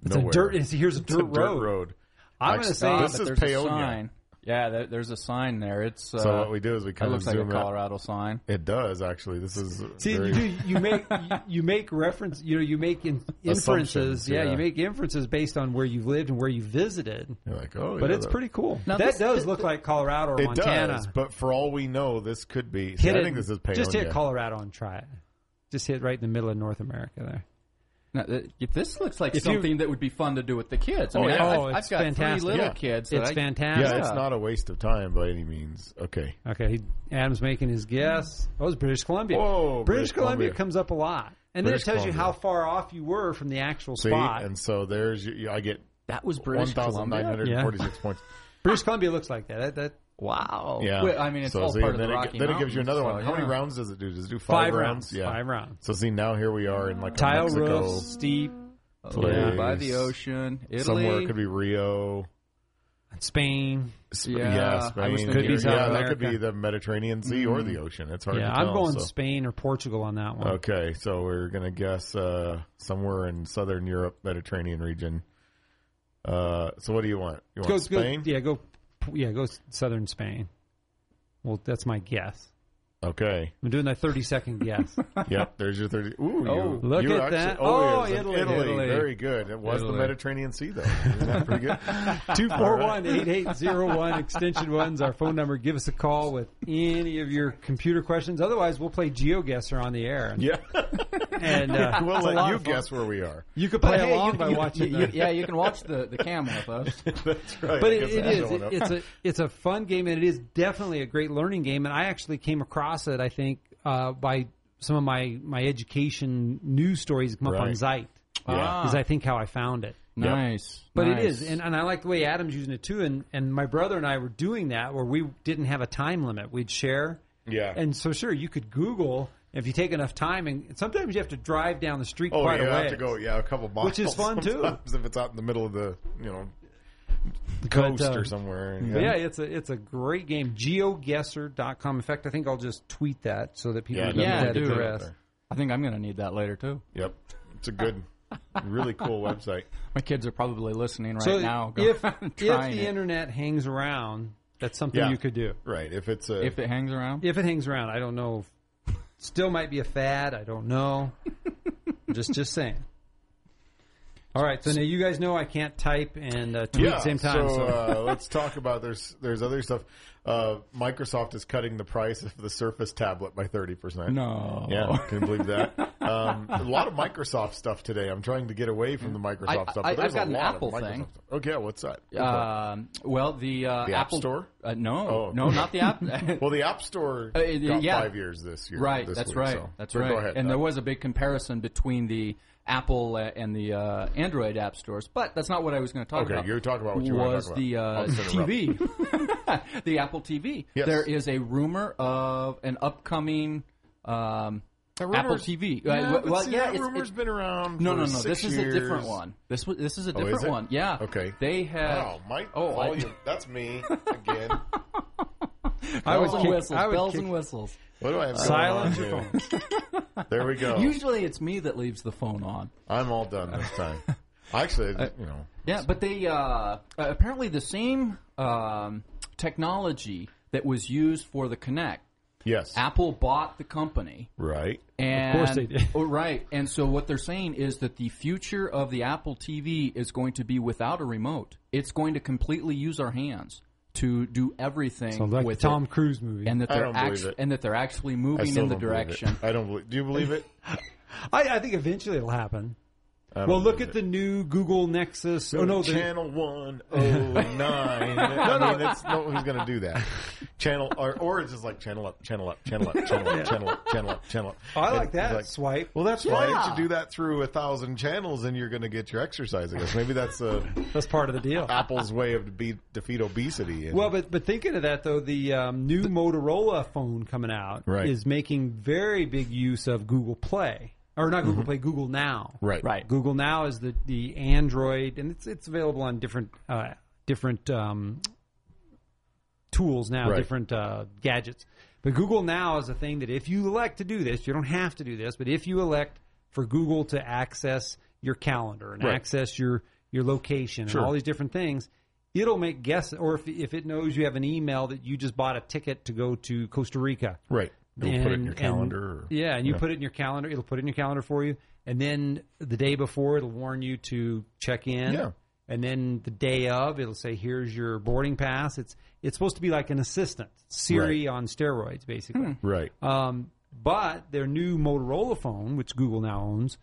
Speaker 1: it's
Speaker 2: nowhere.
Speaker 1: a dirt. it's- here's a
Speaker 2: It's
Speaker 1: dirt road. I'm
Speaker 2: Like,
Speaker 1: gonna say-
Speaker 3: Ah,
Speaker 2: this
Speaker 3: but
Speaker 2: is
Speaker 3: there's a
Speaker 2: Paonia.
Speaker 3: sign. Yeah, there, there's a sign there. It's uh,
Speaker 2: So what we do is we
Speaker 3: that
Speaker 2: kind of
Speaker 3: looks like a
Speaker 2: zoom out.
Speaker 3: Colorado sign.
Speaker 2: It does actually. This is
Speaker 1: See,
Speaker 2: very,
Speaker 1: you, do, you make you, you make reference. You know, you make in, inferences.
Speaker 2: Assumptions,
Speaker 1: Yeah,
Speaker 2: yeah.
Speaker 1: you make inferences based on where you've lived and where you visited.
Speaker 2: you're like, oh,
Speaker 1: But
Speaker 2: yeah,
Speaker 1: it's
Speaker 2: that-
Speaker 1: pretty cool.
Speaker 3: Now
Speaker 1: that
Speaker 3: this-
Speaker 1: does
Speaker 3: thi-
Speaker 1: look like Colorado or
Speaker 2: It
Speaker 1: Montana.
Speaker 2: does, but for all we know, this could be. See,
Speaker 1: Hit
Speaker 2: I
Speaker 1: it-
Speaker 2: think this is Paonia.
Speaker 1: just hit Colorado and try it. Just hit right in the middle of North America there.
Speaker 3: Now, th- this looks like
Speaker 1: If you-
Speaker 3: something that would be fun to do with the kids. I
Speaker 2: Oh,
Speaker 3: mean,
Speaker 2: yeah.
Speaker 3: I- I've,
Speaker 1: Oh,
Speaker 3: I've
Speaker 1: it's
Speaker 3: got
Speaker 1: fantastic.
Speaker 3: three little
Speaker 2: Yeah.
Speaker 3: kids. that
Speaker 1: It's
Speaker 3: I-
Speaker 1: fantastic.
Speaker 2: Yeah, it's not a waste of time by any means. Okay,
Speaker 1: Okay, he- Adam's making his guess. Oh, it's British Columbia.
Speaker 2: Whoa,
Speaker 1: British,
Speaker 2: British
Speaker 1: Columbia,
Speaker 2: Columbia.
Speaker 1: comes up a lot, and
Speaker 2: British
Speaker 1: then it tells
Speaker 2: Columbia.
Speaker 1: you how far off you were from the actual
Speaker 2: see,
Speaker 1: spot.
Speaker 2: and so there's. your- I get
Speaker 3: That was
Speaker 2: one
Speaker 3: British
Speaker 2: thousand nine
Speaker 3: Columbia.
Speaker 2: hundred forty-six points.
Speaker 1: British Columbia looks like that. That, that
Speaker 3: Wow.
Speaker 2: Yeah.
Speaker 3: Well, I mean, it's
Speaker 2: So
Speaker 3: all
Speaker 2: see,
Speaker 3: part of
Speaker 2: then
Speaker 3: the
Speaker 2: it,
Speaker 3: Rocky
Speaker 2: Then it gives you
Speaker 3: Mountains,
Speaker 2: another
Speaker 3: so,
Speaker 2: one. How many
Speaker 3: yeah.
Speaker 2: rounds does it do? Does it do five,
Speaker 1: Five
Speaker 2: rounds?
Speaker 1: rounds. Five rounds.
Speaker 2: So see, now here we are in like a
Speaker 1: Tile
Speaker 2: Mexico,
Speaker 1: roof, steep,
Speaker 2: place.
Speaker 3: by the ocean, Italy.
Speaker 2: somewhere. It could be Rio.
Speaker 1: Spain.
Speaker 2: Sp-
Speaker 3: Yeah,
Speaker 2: yeah, Spain.
Speaker 3: I was
Speaker 1: thinking
Speaker 2: yeah,
Speaker 1: Could be South
Speaker 2: that could be
Speaker 1: America. Mm.
Speaker 2: the Mediterranean Sea or the ocean. It's hard
Speaker 1: Yeah,
Speaker 2: to
Speaker 1: I'm
Speaker 2: tell,
Speaker 1: going
Speaker 2: so.
Speaker 1: Spain or Portugal on that one.
Speaker 2: Okay, so we're gonna guess uh, somewhere in southern Europe, Mediterranean region. Uh, so what do you want? You want
Speaker 1: go,
Speaker 2: Spain?
Speaker 1: Go, yeah, go. Yeah, go southern Spain. Well, that's my guess.
Speaker 2: Okay.
Speaker 1: I'm doing that 30 second guess.
Speaker 2: Yep. There's your thirty. Ooh,
Speaker 3: Oh,
Speaker 2: you,
Speaker 1: look
Speaker 2: you
Speaker 1: at
Speaker 2: actually-
Speaker 1: that.
Speaker 2: Oh,
Speaker 1: Oh,
Speaker 2: it was in
Speaker 1: Italy, Italy.
Speaker 2: Very good. It was the
Speaker 3: Italy.
Speaker 2: Mediterranean Sea, though. Isn't that pretty good?
Speaker 1: Two four one eight eight zero one extension one's our phone number. Give us a call with any of your computer questions. Otherwise, we'll play GeoGuessr on the air.
Speaker 2: Yeah.
Speaker 1: And uh,
Speaker 2: we'll
Speaker 1: it's a
Speaker 2: let
Speaker 1: lot
Speaker 2: you
Speaker 1: of fun.
Speaker 2: guess where we are.
Speaker 1: You could
Speaker 3: But
Speaker 1: play
Speaker 3: hey,
Speaker 1: along
Speaker 3: you-
Speaker 1: by
Speaker 3: you-
Speaker 1: watching.
Speaker 3: you-
Speaker 1: the,
Speaker 3: yeah, you can watch the, the cam with us.
Speaker 2: That's right.
Speaker 1: But
Speaker 2: I
Speaker 1: it,
Speaker 2: guess
Speaker 1: it
Speaker 2: I'm
Speaker 1: is.
Speaker 2: showing up.
Speaker 1: It, it's a it's a fun game, and it is definitely a great learning game. And I actually came across it, I think, uh, by some of my my education news stories that come up on
Speaker 2: Right.
Speaker 1: Zeit.
Speaker 2: Yeah.
Speaker 1: Is I think how I found it.
Speaker 3: Nice.
Speaker 1: But it
Speaker 3: nice.
Speaker 1: is, and, and I like the way Adam's using it too. And, and my brother and I were doing that where we didn't have a time limit. We'd share.
Speaker 2: Yeah.
Speaker 1: And so, sure, you could Google if you take enough time. And sometimes you have to drive down the street
Speaker 2: Oh,
Speaker 1: quite
Speaker 2: yeah,
Speaker 1: a
Speaker 2: I
Speaker 1: way.
Speaker 2: have to go. Yeah, a couple miles.
Speaker 1: Which is fun, too.
Speaker 2: sometimes If it's out in the middle of the you know coast
Speaker 1: uh,
Speaker 2: or somewhere.
Speaker 1: Yeah, it's a it's a great game. GeoGuessr.com. In fact, I think I'll just tweet that so that people
Speaker 2: Yeah,
Speaker 1: can use
Speaker 3: definitely
Speaker 1: that
Speaker 3: do it.
Speaker 1: address.
Speaker 3: I think I'm going to need that later, too.
Speaker 2: Yep. It's a good, really cool website.
Speaker 3: My kids are probably listening right
Speaker 1: So
Speaker 3: now. going,
Speaker 1: if
Speaker 3: "I'm
Speaker 1: if the
Speaker 3: trying it."
Speaker 1: internet hangs around, that's something
Speaker 2: Yeah.
Speaker 1: you could do.
Speaker 2: Right. If it's a
Speaker 3: if it hangs around,
Speaker 1: If it hangs around, I don't know. if- Still might be a fad. I don't know. just just saying. All right, so now you guys know I can't type and uh, tweet
Speaker 2: yeah,
Speaker 1: at the same time.
Speaker 2: So,
Speaker 1: So,
Speaker 2: uh, let's talk about there's there's other stuff. Uh, Microsoft is cutting the price of the Surface tablet by thirty percent.
Speaker 3: no.
Speaker 2: Yeah, can you believe that? Um, a lot of Microsoft stuff today. I'm trying to get away from the Microsoft
Speaker 3: I-
Speaker 2: stuff.
Speaker 3: I-
Speaker 2: But
Speaker 3: I've
Speaker 2: there's
Speaker 3: got
Speaker 2: a
Speaker 3: an
Speaker 2: lot
Speaker 3: Apple
Speaker 2: of Microsoft
Speaker 3: thing.
Speaker 2: Stuff. Okay, what's that?
Speaker 3: Um, well, the, uh,
Speaker 2: The App
Speaker 3: Apple
Speaker 2: Store?
Speaker 3: Uh, no,
Speaker 2: Oh.
Speaker 3: no, not the app.
Speaker 2: well, the App Store
Speaker 3: it-
Speaker 2: got
Speaker 3: uh, yeah.
Speaker 2: five years this year.
Speaker 3: right,
Speaker 2: this
Speaker 3: that's
Speaker 2: week,
Speaker 3: right,
Speaker 2: so-
Speaker 3: that's
Speaker 2: so
Speaker 3: right.
Speaker 2: Go ahead.
Speaker 3: and there
Speaker 2: Uh,
Speaker 3: was a big comparison between the Apple uh, and the uh, Android app stores, but that's not what I was going to talk
Speaker 2: Okay,
Speaker 3: about.
Speaker 2: you're talking about what you wanna
Speaker 3: was
Speaker 2: talk about.
Speaker 3: the
Speaker 2: I'll
Speaker 3: uh,
Speaker 2: just interrupt.
Speaker 3: TV, the Apple TV.
Speaker 2: Yes.
Speaker 3: There is a rumor of an upcoming. Um,
Speaker 2: rumor-
Speaker 3: Apple TV. Uh,
Speaker 2: Yeah,
Speaker 3: well,
Speaker 2: but
Speaker 3: well,
Speaker 2: see,
Speaker 3: yeah,
Speaker 2: that
Speaker 3: it's-
Speaker 2: rumor's
Speaker 3: it's-
Speaker 2: been around.
Speaker 3: No,
Speaker 2: for
Speaker 3: no, no.
Speaker 2: six
Speaker 3: This is a
Speaker 2: years. Oh,
Speaker 3: different one. This was this is a
Speaker 2: is
Speaker 3: different
Speaker 2: it?
Speaker 3: one. Yeah.
Speaker 2: Okay.
Speaker 3: They had.
Speaker 2: Wow, Mike.
Speaker 3: Oh, I-
Speaker 2: volume. that's me again.
Speaker 1: I would
Speaker 3: bells and
Speaker 1: kick-
Speaker 3: whistles.
Speaker 1: I would
Speaker 3: bells
Speaker 1: kick-
Speaker 3: and whistles.
Speaker 2: What do I have?
Speaker 1: Silence
Speaker 2: going
Speaker 1: your
Speaker 2: on here? There we go.
Speaker 3: Usually, it's me that leaves the phone on.
Speaker 2: I'm all done this time. Actually, you know,
Speaker 3: Yeah, but they uh, apparently the same um, technology that was used for the Kinect.
Speaker 2: yes,
Speaker 3: Apple bought the company,
Speaker 2: right.
Speaker 3: and
Speaker 1: course they did.
Speaker 3: Oh, right, and so what they're saying is that the future of the Apple TV is going to be without a remote. It's going to completely use our hands to do everything
Speaker 1: so like the
Speaker 3: with
Speaker 1: Tom
Speaker 3: it.
Speaker 1: Cruise movie.
Speaker 3: and that
Speaker 2: I
Speaker 3: they're
Speaker 2: don't believe
Speaker 3: actu-
Speaker 2: it.
Speaker 3: and that they're actually
Speaker 2: I
Speaker 3: moving
Speaker 2: still
Speaker 3: in the
Speaker 2: don't believe it.
Speaker 3: direction.
Speaker 2: I don't believe. Do you believe it?
Speaker 1: I, I think eventually it'll happen.
Speaker 2: I don't
Speaker 1: Well, look
Speaker 2: believe
Speaker 1: at
Speaker 2: it.
Speaker 1: the new Google Nexus. Oh
Speaker 2: Go to
Speaker 1: no, the,
Speaker 2: channel one oh nine. I mean, that's no one's going to do that. Channel or, or it's just like channel up, channel up, channel up, channel up, channel up, channel up, channel up.
Speaker 1: I
Speaker 2: And
Speaker 1: like that
Speaker 2: it's
Speaker 1: swipe.
Speaker 2: well, that's why
Speaker 3: Yeah.
Speaker 2: If you do that through a thousand channels, and you're going to get your exercise. I guess maybe that's uh,
Speaker 1: That's part of the deal.
Speaker 2: Apple's way of be, defeat obesity. And,
Speaker 1: Well, but but thinking of that though, the um, new Motorola phone coming out
Speaker 2: Right.
Speaker 1: is making very big use of Google Play or not Google Play, Google Now.
Speaker 2: Mm-hmm. right,
Speaker 3: Right.
Speaker 1: Google Now is the the Android, and it's it's available on different uh, different um, tools now,
Speaker 2: Right.
Speaker 1: different uh, gadgets. But Google Now is a thing that if you elect to do this, you don't have to do this, but if you elect for Google to access your calendar and
Speaker 2: Right.
Speaker 1: access your your location
Speaker 2: Sure.
Speaker 1: and all these different things. It'll make guess, or if, if it knows you have an email that you just bought a ticket to go to Costa Rica,
Speaker 2: right. You'll put it in your
Speaker 1: and-
Speaker 2: calendar. or,
Speaker 1: yeah, and you put it in your calendar. It'll put it in your calendar for you, and then the day before, it'll warn you to check in.
Speaker 2: Yeah.
Speaker 1: And then the day of, it'll say, "Here's your boarding pass." It's it's supposed to be like an assistant, Siri on steroids, basically.
Speaker 2: right.
Speaker 1: Um, but their new Motorola phone, which Google now owns,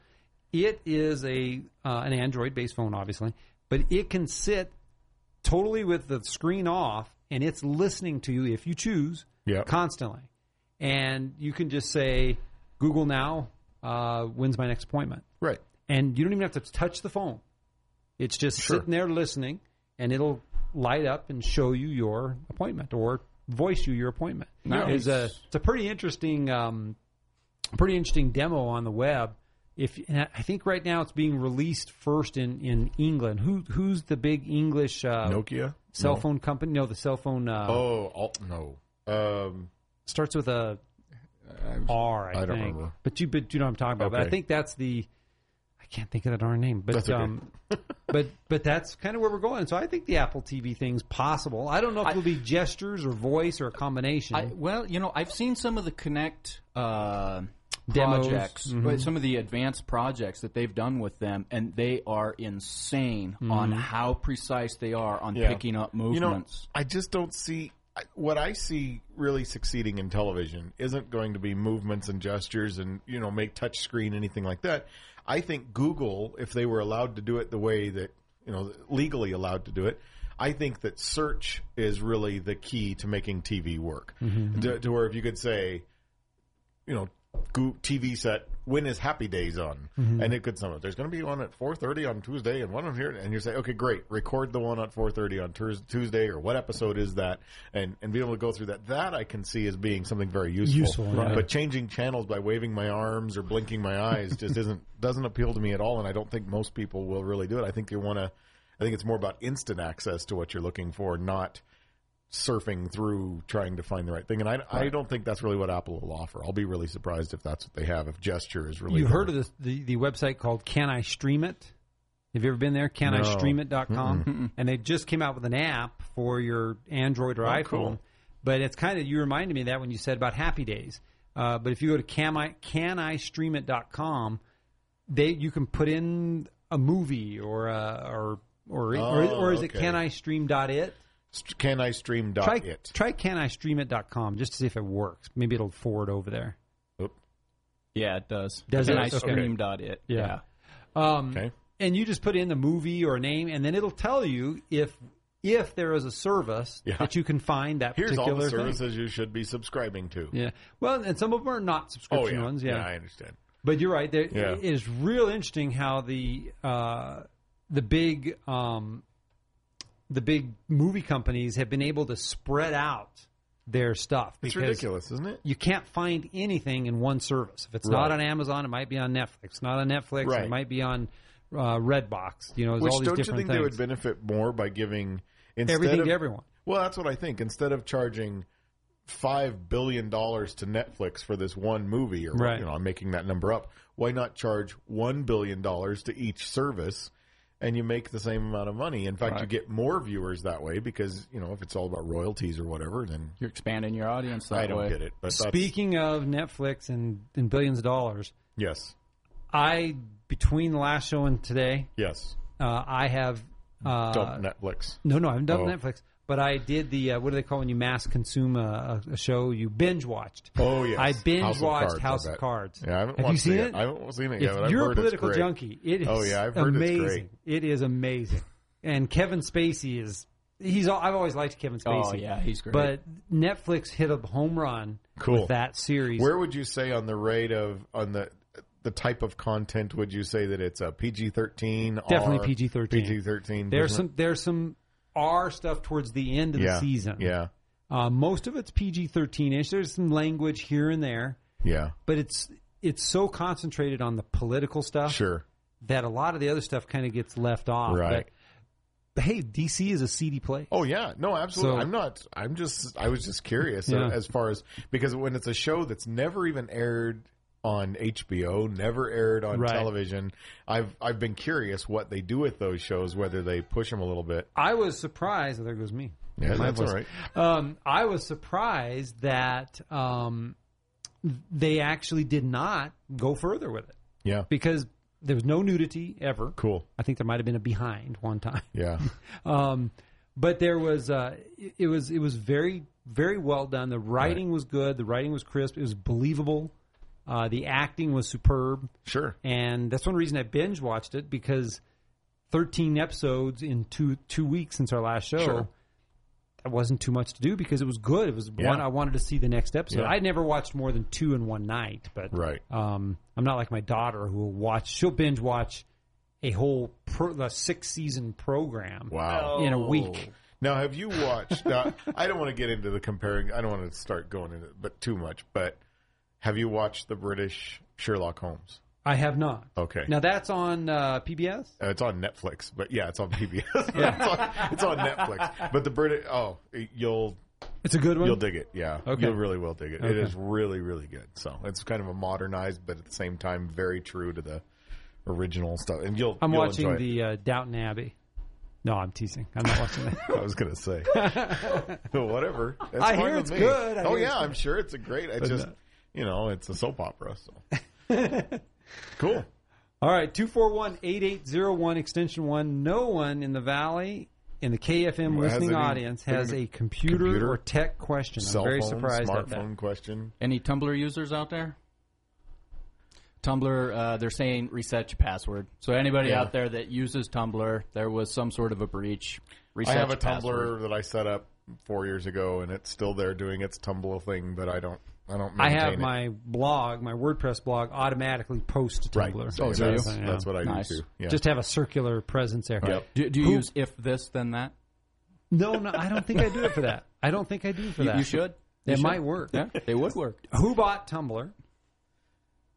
Speaker 1: it is a uh, an Android based phone, obviously, but it can sit totally with the screen off, and it's listening to you if you choose
Speaker 2: Yeah.
Speaker 1: constantly. And you can just say, "Google now, uh, when's my next appointment?"
Speaker 2: right.
Speaker 1: And you don't even have to touch the phone; it's just
Speaker 2: Sure.
Speaker 1: sitting there listening, and it'll light up and show you your appointment or voice you your appointment. It's
Speaker 3: Nice.
Speaker 1: a it's a pretty interesting um, pretty interesting demo on the web. If and I think right now it's being released first in, in England. Who who's the big English uh,
Speaker 2: Nokia.
Speaker 1: cell phone company? No, the cell phone uh,
Speaker 2: Oh, alt, no. Um,
Speaker 1: starts with a R. I,
Speaker 2: Uh, I
Speaker 1: think.
Speaker 2: don't remember.
Speaker 1: But you, but you know what I'm talking about. But I
Speaker 2: Okay.
Speaker 1: think that's the. I can't think of that darn name, but
Speaker 2: That's okay.
Speaker 1: um, but but that's kind of where we're going. So I think the Apple TV thing's possible. I don't know if it'll be gestures or voice or a combination.
Speaker 3: I, well, you know, I've seen some of the Connect uh,
Speaker 1: Demos.
Speaker 3: projects, but some of the advanced projects that they've done with them, and they are insane on how precise they are on
Speaker 2: Yeah.
Speaker 3: picking up
Speaker 2: you know,
Speaker 3: movements.
Speaker 2: I just don't see I- what I see really succeeding in television isn't going to be movements and gestures and you know make touch screen anything like that. I think Google, if they were allowed to do it the way that you know legally allowed to do it. I think that search is really the key to making TV work.
Speaker 3: Mm-hmm.
Speaker 2: To, to where if you could say, you know, Goo- TV set when is Happy Days on,
Speaker 1: Mm-hmm.
Speaker 2: and it could sum up. There's going to be one at 4:30 on Tuesday, and one on here, and you say, okay, great, record the one at 4:30 on Tur- Tuesday, or what episode is that, and and be able to go through that. That I can see as being something very useful.
Speaker 1: Useful, yeah.
Speaker 2: But changing channels by waving my arms or blinking my eyes just isn't doesn't appeal to me at all, and I don't think most people will really do it. I think they want to. I think it's more about instant access to what you're looking for, not surfing through trying to find the right thing. And I, I don't think that's really what Apple will offer. I'll be really surprised if that's what they have, if gesture is really.
Speaker 1: you heard of this, the the website called Can I Stream It? Have you ever been there? Can I stream it.com? And they just came out with an app for your Android or iPhone.
Speaker 2: Oh, cool.
Speaker 1: But it's kind of, you reminded me of that when you said about Happy Days. Uh, but if you go to can I, can I stream it.com, they, you can put in a movie or, a, or, or, or,
Speaker 2: Oh,
Speaker 1: or is it
Speaker 2: okay.
Speaker 1: can I stream dot it?
Speaker 2: St- Can I stream dot
Speaker 1: Try,
Speaker 2: it?
Speaker 1: try can I stream it.com just to see if it works. Maybe it'll forward over there.
Speaker 2: Oop,
Speaker 3: yeah, it does.
Speaker 1: Does
Speaker 3: and
Speaker 1: it?
Speaker 3: I
Speaker 1: Okay.
Speaker 3: screamed at it.
Speaker 1: Yeah. Um,
Speaker 2: okay.
Speaker 1: and you just put in the movie or a name, and then it'll tell you if if there is a service
Speaker 2: Yeah.
Speaker 1: that you can find that
Speaker 2: Here's all
Speaker 1: particular
Speaker 2: the
Speaker 1: thing.
Speaker 2: services you should be subscribing to.
Speaker 1: Yeah. Well, and some of them are not
Speaker 2: Oh
Speaker 1: subscription
Speaker 2: yeah.
Speaker 1: ones. Yeah.
Speaker 2: I understand.
Speaker 1: But you're right. There,
Speaker 2: Yeah.
Speaker 1: It is real interesting how the uh, the big um, the big movie companies have been able to spread out their stuff.
Speaker 2: It's
Speaker 1: because
Speaker 2: ridiculous, isn't it?
Speaker 1: You can't find anything in one service. If it's not
Speaker 2: Right.
Speaker 1: on Amazon, it might be on Netflix. Not on Netflix, it
Speaker 2: Right.
Speaker 1: might be on uh, Redbox. You know, there's
Speaker 2: Which
Speaker 1: all these
Speaker 2: don't you
Speaker 1: different
Speaker 2: think
Speaker 1: things.
Speaker 2: they would benefit more by giving instead
Speaker 1: everything
Speaker 2: of,
Speaker 1: to everyone.
Speaker 2: Well, that's what I think. Instead of charging five billion dollars to Netflix for this one movie, or
Speaker 1: Right.
Speaker 2: you know, I'm making that number up. Why not charge one billion dollars to each service, and you make the same amount of money? In fact, you get more viewers that way because you know if it's all about royalties or whatever, then
Speaker 3: You're expanding your audience that
Speaker 2: I don't
Speaker 3: way.
Speaker 2: get it. But that's,
Speaker 1: Speaking of Netflix and, and billions of dollars,
Speaker 2: yes,
Speaker 1: I between the last show and today,
Speaker 2: yes,
Speaker 1: uh, I have uh,
Speaker 2: dump Netflix.
Speaker 1: no, no, I haven't done
Speaker 2: Oh.
Speaker 1: Netflix, but I did the uh, what do they call when you mass consume a, a, a show? You binge watched.
Speaker 2: Oh yes,
Speaker 1: I binge
Speaker 2: House of
Speaker 1: watched
Speaker 2: Cards, I
Speaker 1: House of
Speaker 2: bet.
Speaker 1: Cards.
Speaker 2: Yeah, I haven't
Speaker 1: have you
Speaker 2: watched
Speaker 1: seen
Speaker 2: it.
Speaker 1: it?
Speaker 2: I haven't seen it
Speaker 1: If
Speaker 2: yet. but I've
Speaker 1: you're
Speaker 2: heard
Speaker 1: a
Speaker 2: it's
Speaker 1: political
Speaker 2: great.
Speaker 1: junkie, it is
Speaker 2: Oh, yeah, I've heard it's
Speaker 1: amazing.
Speaker 2: great.
Speaker 1: It is amazing, and Kevin Spacey is. He's. al- I've always liked Kevin Spacey.
Speaker 3: Oh, yeah, he's great.
Speaker 1: But Netflix hit a home run
Speaker 2: Cool.
Speaker 1: with that series.
Speaker 2: Where would you say on the rate of on the the type of content would you say that it's a PG thirteen?
Speaker 1: Definitely PG-13.
Speaker 2: PG thirteen.
Speaker 1: There's some there's some R stuff towards the end of
Speaker 2: yeah,
Speaker 1: the season.
Speaker 2: Yeah,
Speaker 1: Uh, most of it's PG thirteen ish. There's some language here and there,
Speaker 2: yeah,
Speaker 1: but it's it's so concentrated on the political stuff
Speaker 2: sure,
Speaker 1: that a lot of the other stuff kind of gets left off.
Speaker 2: right.
Speaker 1: But, hey, DC is a seedy place.
Speaker 2: Oh yeah, no, absolutely.
Speaker 1: So-
Speaker 2: I'm not. I'm just. I was just curious
Speaker 1: Yeah.
Speaker 2: uh, as far as because when it's a show that's never even aired on HBO, never aired on
Speaker 1: Right.
Speaker 2: television, I've I've been curious what they do with those shows, whether they push them a little bit.
Speaker 1: I was surprised. oh, there goes me.
Speaker 2: Yeah,
Speaker 1: My
Speaker 2: that's
Speaker 1: voice.
Speaker 2: all right.
Speaker 1: Um, I was surprised that um, they actually did not go further with it
Speaker 2: Yeah,
Speaker 1: because there was no nudity ever.
Speaker 2: cool.
Speaker 1: I think there might have been a behind one time.
Speaker 2: Yeah,
Speaker 1: Um, but there was uh, it, it was it was very very well done. The writing was good. The writing was crisp. It was believable. Uh, the acting was superb,
Speaker 2: sure.
Speaker 1: and that's one reason I binge watched it because thirteen episodes in two two weeks since our last show.
Speaker 2: Sure.
Speaker 1: That wasn't too much to do because it was good. It was one I wanted to see the next episode.
Speaker 2: Yeah.
Speaker 1: I never watched more than two in one night, but
Speaker 2: Right.
Speaker 1: um, I'm not like my daughter who will watch. She'll binge watch a whole pro, the six season program
Speaker 2: Wow.
Speaker 1: in a week.
Speaker 2: Now, have you watched? now, I don't want to get into the comparing. I don't want to start going into, it, but too much. But have you watched the British Sherlock Holmes?
Speaker 1: I have not.
Speaker 2: Okay.
Speaker 1: Now that's on uh, PBS.
Speaker 2: Uh, It's on Netflix, but yeah, it's on PBS. it's, on, it's on Netflix. But the British, oh, you'll
Speaker 1: It's a good one.
Speaker 2: you'll dig it. Yeah,
Speaker 1: Okay.
Speaker 2: you really will dig it. It
Speaker 1: Okay.
Speaker 2: is really really good. So it's kind of a modernized, but at the same time, very true to the original stuff. And you'll
Speaker 1: I'm
Speaker 2: you'll
Speaker 1: watching
Speaker 2: enjoy it.
Speaker 1: the uh, Downton Abbey. No, I'm teasing. I'm not watching that.
Speaker 2: I was gonna say whatever. That's
Speaker 1: I
Speaker 2: fine
Speaker 1: hear
Speaker 2: with
Speaker 1: it's
Speaker 2: me.
Speaker 1: good. I
Speaker 2: oh
Speaker 1: hear
Speaker 2: yeah,
Speaker 1: it's
Speaker 2: I'm sure it's a great. I just you know it's a soap opera. So cool.
Speaker 1: All right, 241-8801 extension 1. No one in the valley in the KFM
Speaker 2: Well, has
Speaker 1: listening
Speaker 2: any-
Speaker 1: audience has a computer,
Speaker 2: computer?
Speaker 1: or tech question.
Speaker 2: Cell
Speaker 1: I'm very
Speaker 2: phone,
Speaker 1: surprised at that.
Speaker 2: smartphone question.
Speaker 3: Any Tumblr users out there? Tumblr, uh, they're saying reset your password. So anybody
Speaker 2: Yeah.
Speaker 3: out there that uses Tumblr, there was some sort of a breach. Reset
Speaker 2: I have a
Speaker 3: your password.
Speaker 2: Tumblr that I set up four years ago, and it's still there doing its Tumblr thing. But I don't, I don't.
Speaker 1: I
Speaker 2: maintain
Speaker 1: have
Speaker 2: it.
Speaker 1: my blog, my WordPress blog, automatically post to
Speaker 2: right. Oh,
Speaker 1: Tumblr.
Speaker 2: So
Speaker 3: do you?
Speaker 2: that's,
Speaker 1: Yeah.
Speaker 2: that's what I
Speaker 3: Nice.
Speaker 2: do too. Yeah.
Speaker 1: Just have a circular presence there.
Speaker 2: Yep.
Speaker 3: Do, do you use if this then that?
Speaker 1: No, no, I don't think I do it for that. I don't think I do it for that.
Speaker 3: You should. You
Speaker 1: It
Speaker 3: should.
Speaker 1: might work.
Speaker 3: Yeah, it would work.
Speaker 1: Who bought Tumblr?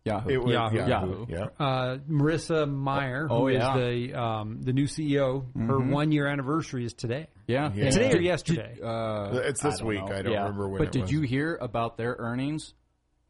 Speaker 3: Yahoo.
Speaker 2: It was,
Speaker 1: Yahoo.
Speaker 2: Yeah.
Speaker 3: Yahoo.
Speaker 2: Yeah.
Speaker 1: Uh, Marissa Meyer,
Speaker 3: Oh,
Speaker 1: who is
Speaker 3: yeah.
Speaker 1: the um, the new CEO, her one year anniversary is today.
Speaker 3: yeah.
Speaker 2: Mm-hmm. Yeah.
Speaker 1: Today or
Speaker 2: Did-
Speaker 1: yesterday?
Speaker 3: Uh,
Speaker 2: It's this
Speaker 3: don't
Speaker 2: week.
Speaker 3: know.
Speaker 2: I don't
Speaker 3: Yeah.
Speaker 2: remember when.
Speaker 3: But
Speaker 2: it
Speaker 3: did
Speaker 2: was.
Speaker 3: you hear about their earnings?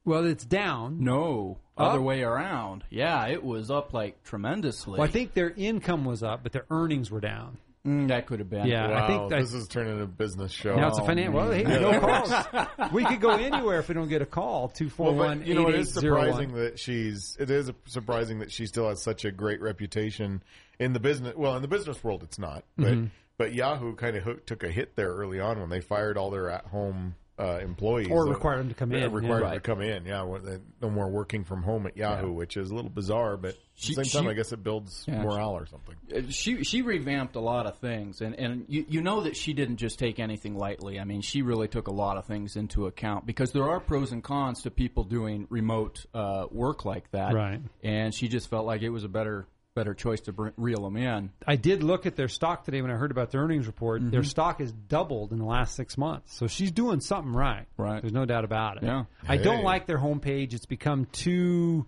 Speaker 1: well, it's down.
Speaker 3: No, other
Speaker 1: Up?
Speaker 3: way around. Yeah, it was up like tremendously.
Speaker 1: Well, I think their income was up, but their earnings were down.
Speaker 3: Mm, that could have been.
Speaker 1: Yeah,
Speaker 2: Wow,
Speaker 1: I think that,
Speaker 2: this is turning into a business show.
Speaker 1: now it's a
Speaker 3: Oh,
Speaker 1: financial. Well, hey, no calls. we could go anywhere if we don't get a call. Two four
Speaker 2: Well,
Speaker 1: one
Speaker 2: but, you
Speaker 1: eight
Speaker 2: know, it
Speaker 1: eight
Speaker 2: is
Speaker 1: zero
Speaker 2: surprising
Speaker 1: one.
Speaker 2: that she's. It is surprising that she still has such a great reputation in the business. Well, in the business world, it's not. But
Speaker 1: Mm-hmm.
Speaker 2: but Yahoo kind of hook, took a hit there early on when they fired all their at home uh, employees
Speaker 1: Or
Speaker 2: Uh,
Speaker 1: required them to come in,
Speaker 2: yeah,
Speaker 1: yeah.
Speaker 2: Required them
Speaker 1: Right.
Speaker 2: to come in. Yeah, well, they- no more working from home at Yahoo, which is a little bizarre. But at the
Speaker 3: She-
Speaker 2: same time,
Speaker 3: she-
Speaker 2: I guess it builds
Speaker 3: Yeah.
Speaker 2: morale or something.
Speaker 3: Uh, she she revamped a lot of things, and and you you know that she didn't just take anything lightly. I mean, she really took a lot of things into account because there are pros and cons to people doing remote uh, work like that.
Speaker 1: Right.
Speaker 3: And she just felt like it was a better better choice to br- reel them in.
Speaker 1: I did look at their stock today when I heard about their earnings report.
Speaker 2: Mm-hmm.
Speaker 1: Their stock has doubled in the last six months, so she's doing something right.
Speaker 3: Right.
Speaker 1: There's no doubt about it.
Speaker 3: Yeah.
Speaker 1: I don't
Speaker 2: Hey.
Speaker 1: like their homepage. It's become too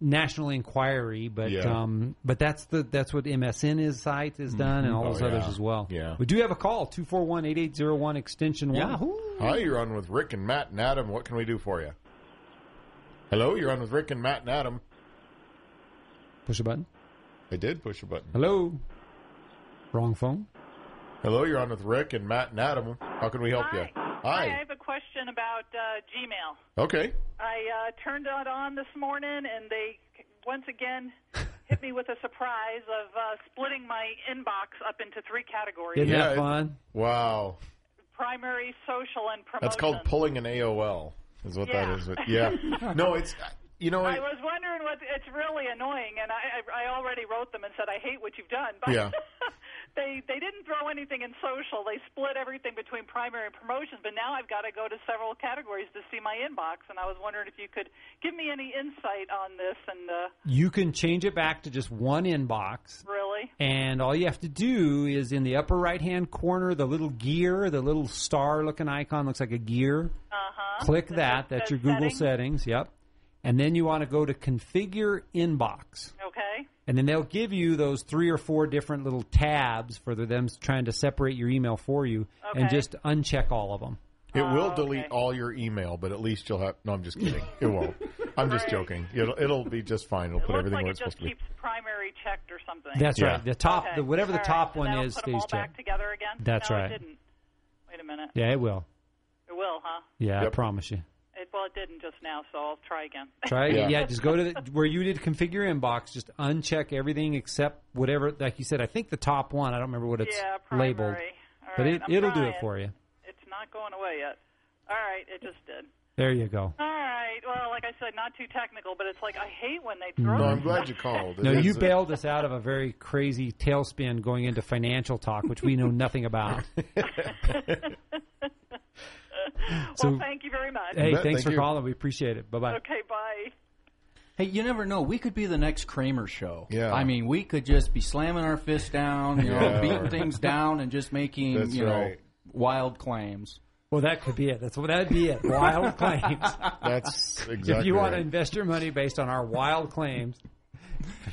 Speaker 1: National Inquiry, but
Speaker 2: Yeah.
Speaker 1: um, but that's the that's what MSN is site has done, and all
Speaker 2: Oh,
Speaker 1: those others
Speaker 2: yeah.
Speaker 1: as well.
Speaker 2: Yeah.
Speaker 1: We do have a call 241-8801 extension one.
Speaker 2: Hi, you're on with Rick and Matt and Adam. What can we do for you? Hello, you're on with Rick and Matt and Adam.
Speaker 1: Push a button.
Speaker 2: I did push a button.
Speaker 1: Hello. Wrong phone.
Speaker 2: Hello, you're on with Rick and Matt and Adam. How can we help you?
Speaker 4: Hi. I have a question about uh, Gmail.
Speaker 2: Okay.
Speaker 4: I uh, turned it on this morning, and they c- once again hit me with a surprise of uh, splitting my inbox up into three categories:
Speaker 1: Isn't
Speaker 2: Yeah,
Speaker 1: that
Speaker 2: it-
Speaker 1: fun?
Speaker 2: Wow.
Speaker 4: primary, social, and promotion.
Speaker 2: That's called pulling an AOL, is what
Speaker 4: Yeah.
Speaker 2: that is. Yeah. No, it's, you know,
Speaker 4: I was wondering what it's really annoying, and I, I, I already wrote them and said I hate what you've done. But
Speaker 2: Yeah.
Speaker 4: they they didn't throw anything in social. They split everything between primary and promotions. But now I've got to go to several categories to see my inbox, and I was wondering if you could give me any insight on this. And uh,
Speaker 1: You can change it back to just one inbox.
Speaker 4: really,
Speaker 1: And all you have to do is in the upper right hand corner, the little gear, the little star looking icon looks like a gear. Uh-huh. Click that. That's
Speaker 4: says
Speaker 1: your Google
Speaker 4: settings.
Speaker 1: settings. Yep. And then you want to go to configure inbox.
Speaker 4: okay,
Speaker 1: And then they'll give you those three or four different little tabs for the- them trying to separate your email for you and
Speaker 4: Okay.
Speaker 1: just uncheck all of them.
Speaker 2: it will
Speaker 4: oh,
Speaker 2: delete all your email, but at least you'll have, no, I'm just kidding. It won't. I'm just
Speaker 4: Right.
Speaker 2: joking. It'll, it'll be just fine. It'll
Speaker 4: it
Speaker 2: put
Speaker 4: looks
Speaker 2: everything
Speaker 4: like
Speaker 2: where
Speaker 4: it
Speaker 2: it's supposed
Speaker 4: just
Speaker 2: to be.
Speaker 4: keeps primary checked or something.
Speaker 1: That's
Speaker 2: Yeah.
Speaker 1: right. The top,
Speaker 4: Okay.
Speaker 1: the whatever the
Speaker 4: All right.
Speaker 1: top
Speaker 4: So
Speaker 1: one
Speaker 4: that'll
Speaker 1: is,
Speaker 4: put them
Speaker 1: stays
Speaker 4: all back
Speaker 1: checked.
Speaker 4: together again.
Speaker 1: That's
Speaker 4: no,
Speaker 1: right.
Speaker 4: It didn't. Wait a minute.
Speaker 1: Yeah, it will.
Speaker 4: It will, huh?
Speaker 1: Yeah, I
Speaker 2: Yep.
Speaker 1: promise you.
Speaker 4: It, well, it didn't just now, so I'll try again.
Speaker 1: Try
Speaker 2: Yeah.
Speaker 1: yeah. yeah, just go to the, where you did configure inbox. Just uncheck everything except whatever, like you said. I think the top one. I don't remember what it's
Speaker 4: yeah, primary.
Speaker 1: labeled,
Speaker 4: All
Speaker 1: but
Speaker 4: right,
Speaker 1: it,
Speaker 4: I'm
Speaker 1: it'll do
Speaker 4: trying.
Speaker 1: it for you.
Speaker 4: It's not going away yet. All right, it just did.
Speaker 1: There you go.
Speaker 4: All right. Well, like I said, not too technical, but it's like I hate when they throw.
Speaker 2: No, I'm glad you called.
Speaker 1: No,
Speaker 2: It
Speaker 1: you
Speaker 2: is-
Speaker 1: bailed us out of a very crazy tailspin going into financial talk, which we know nothing about.
Speaker 4: Well,
Speaker 1: so-
Speaker 4: thank you very much.
Speaker 1: Hey,
Speaker 2: bet.
Speaker 1: thanks
Speaker 2: Thank
Speaker 1: for
Speaker 2: you.
Speaker 1: calling. We appreciate it. Bye bye.
Speaker 4: Okay, bye.
Speaker 3: Hey, you never know. We could be the next Kramer show.
Speaker 2: Yeah.
Speaker 3: I mean, we could just be slamming our fist down, you know,
Speaker 2: Yeah.
Speaker 3: beating things down, and just making
Speaker 2: That's
Speaker 3: you
Speaker 2: right.
Speaker 3: know wild claims.
Speaker 1: Well, that could be it. That's what that'd be it. Wild claims.
Speaker 2: That's exactly.
Speaker 1: if you want to
Speaker 2: right.
Speaker 1: invest your money based on our wild claims,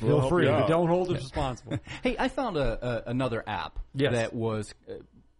Speaker 2: We'll
Speaker 1: feel
Speaker 2: help
Speaker 1: free.
Speaker 2: you
Speaker 1: But
Speaker 2: out.
Speaker 1: don't hold us responsible.
Speaker 3: Hey, I found a, a another app
Speaker 1: Yes.
Speaker 3: that was uh,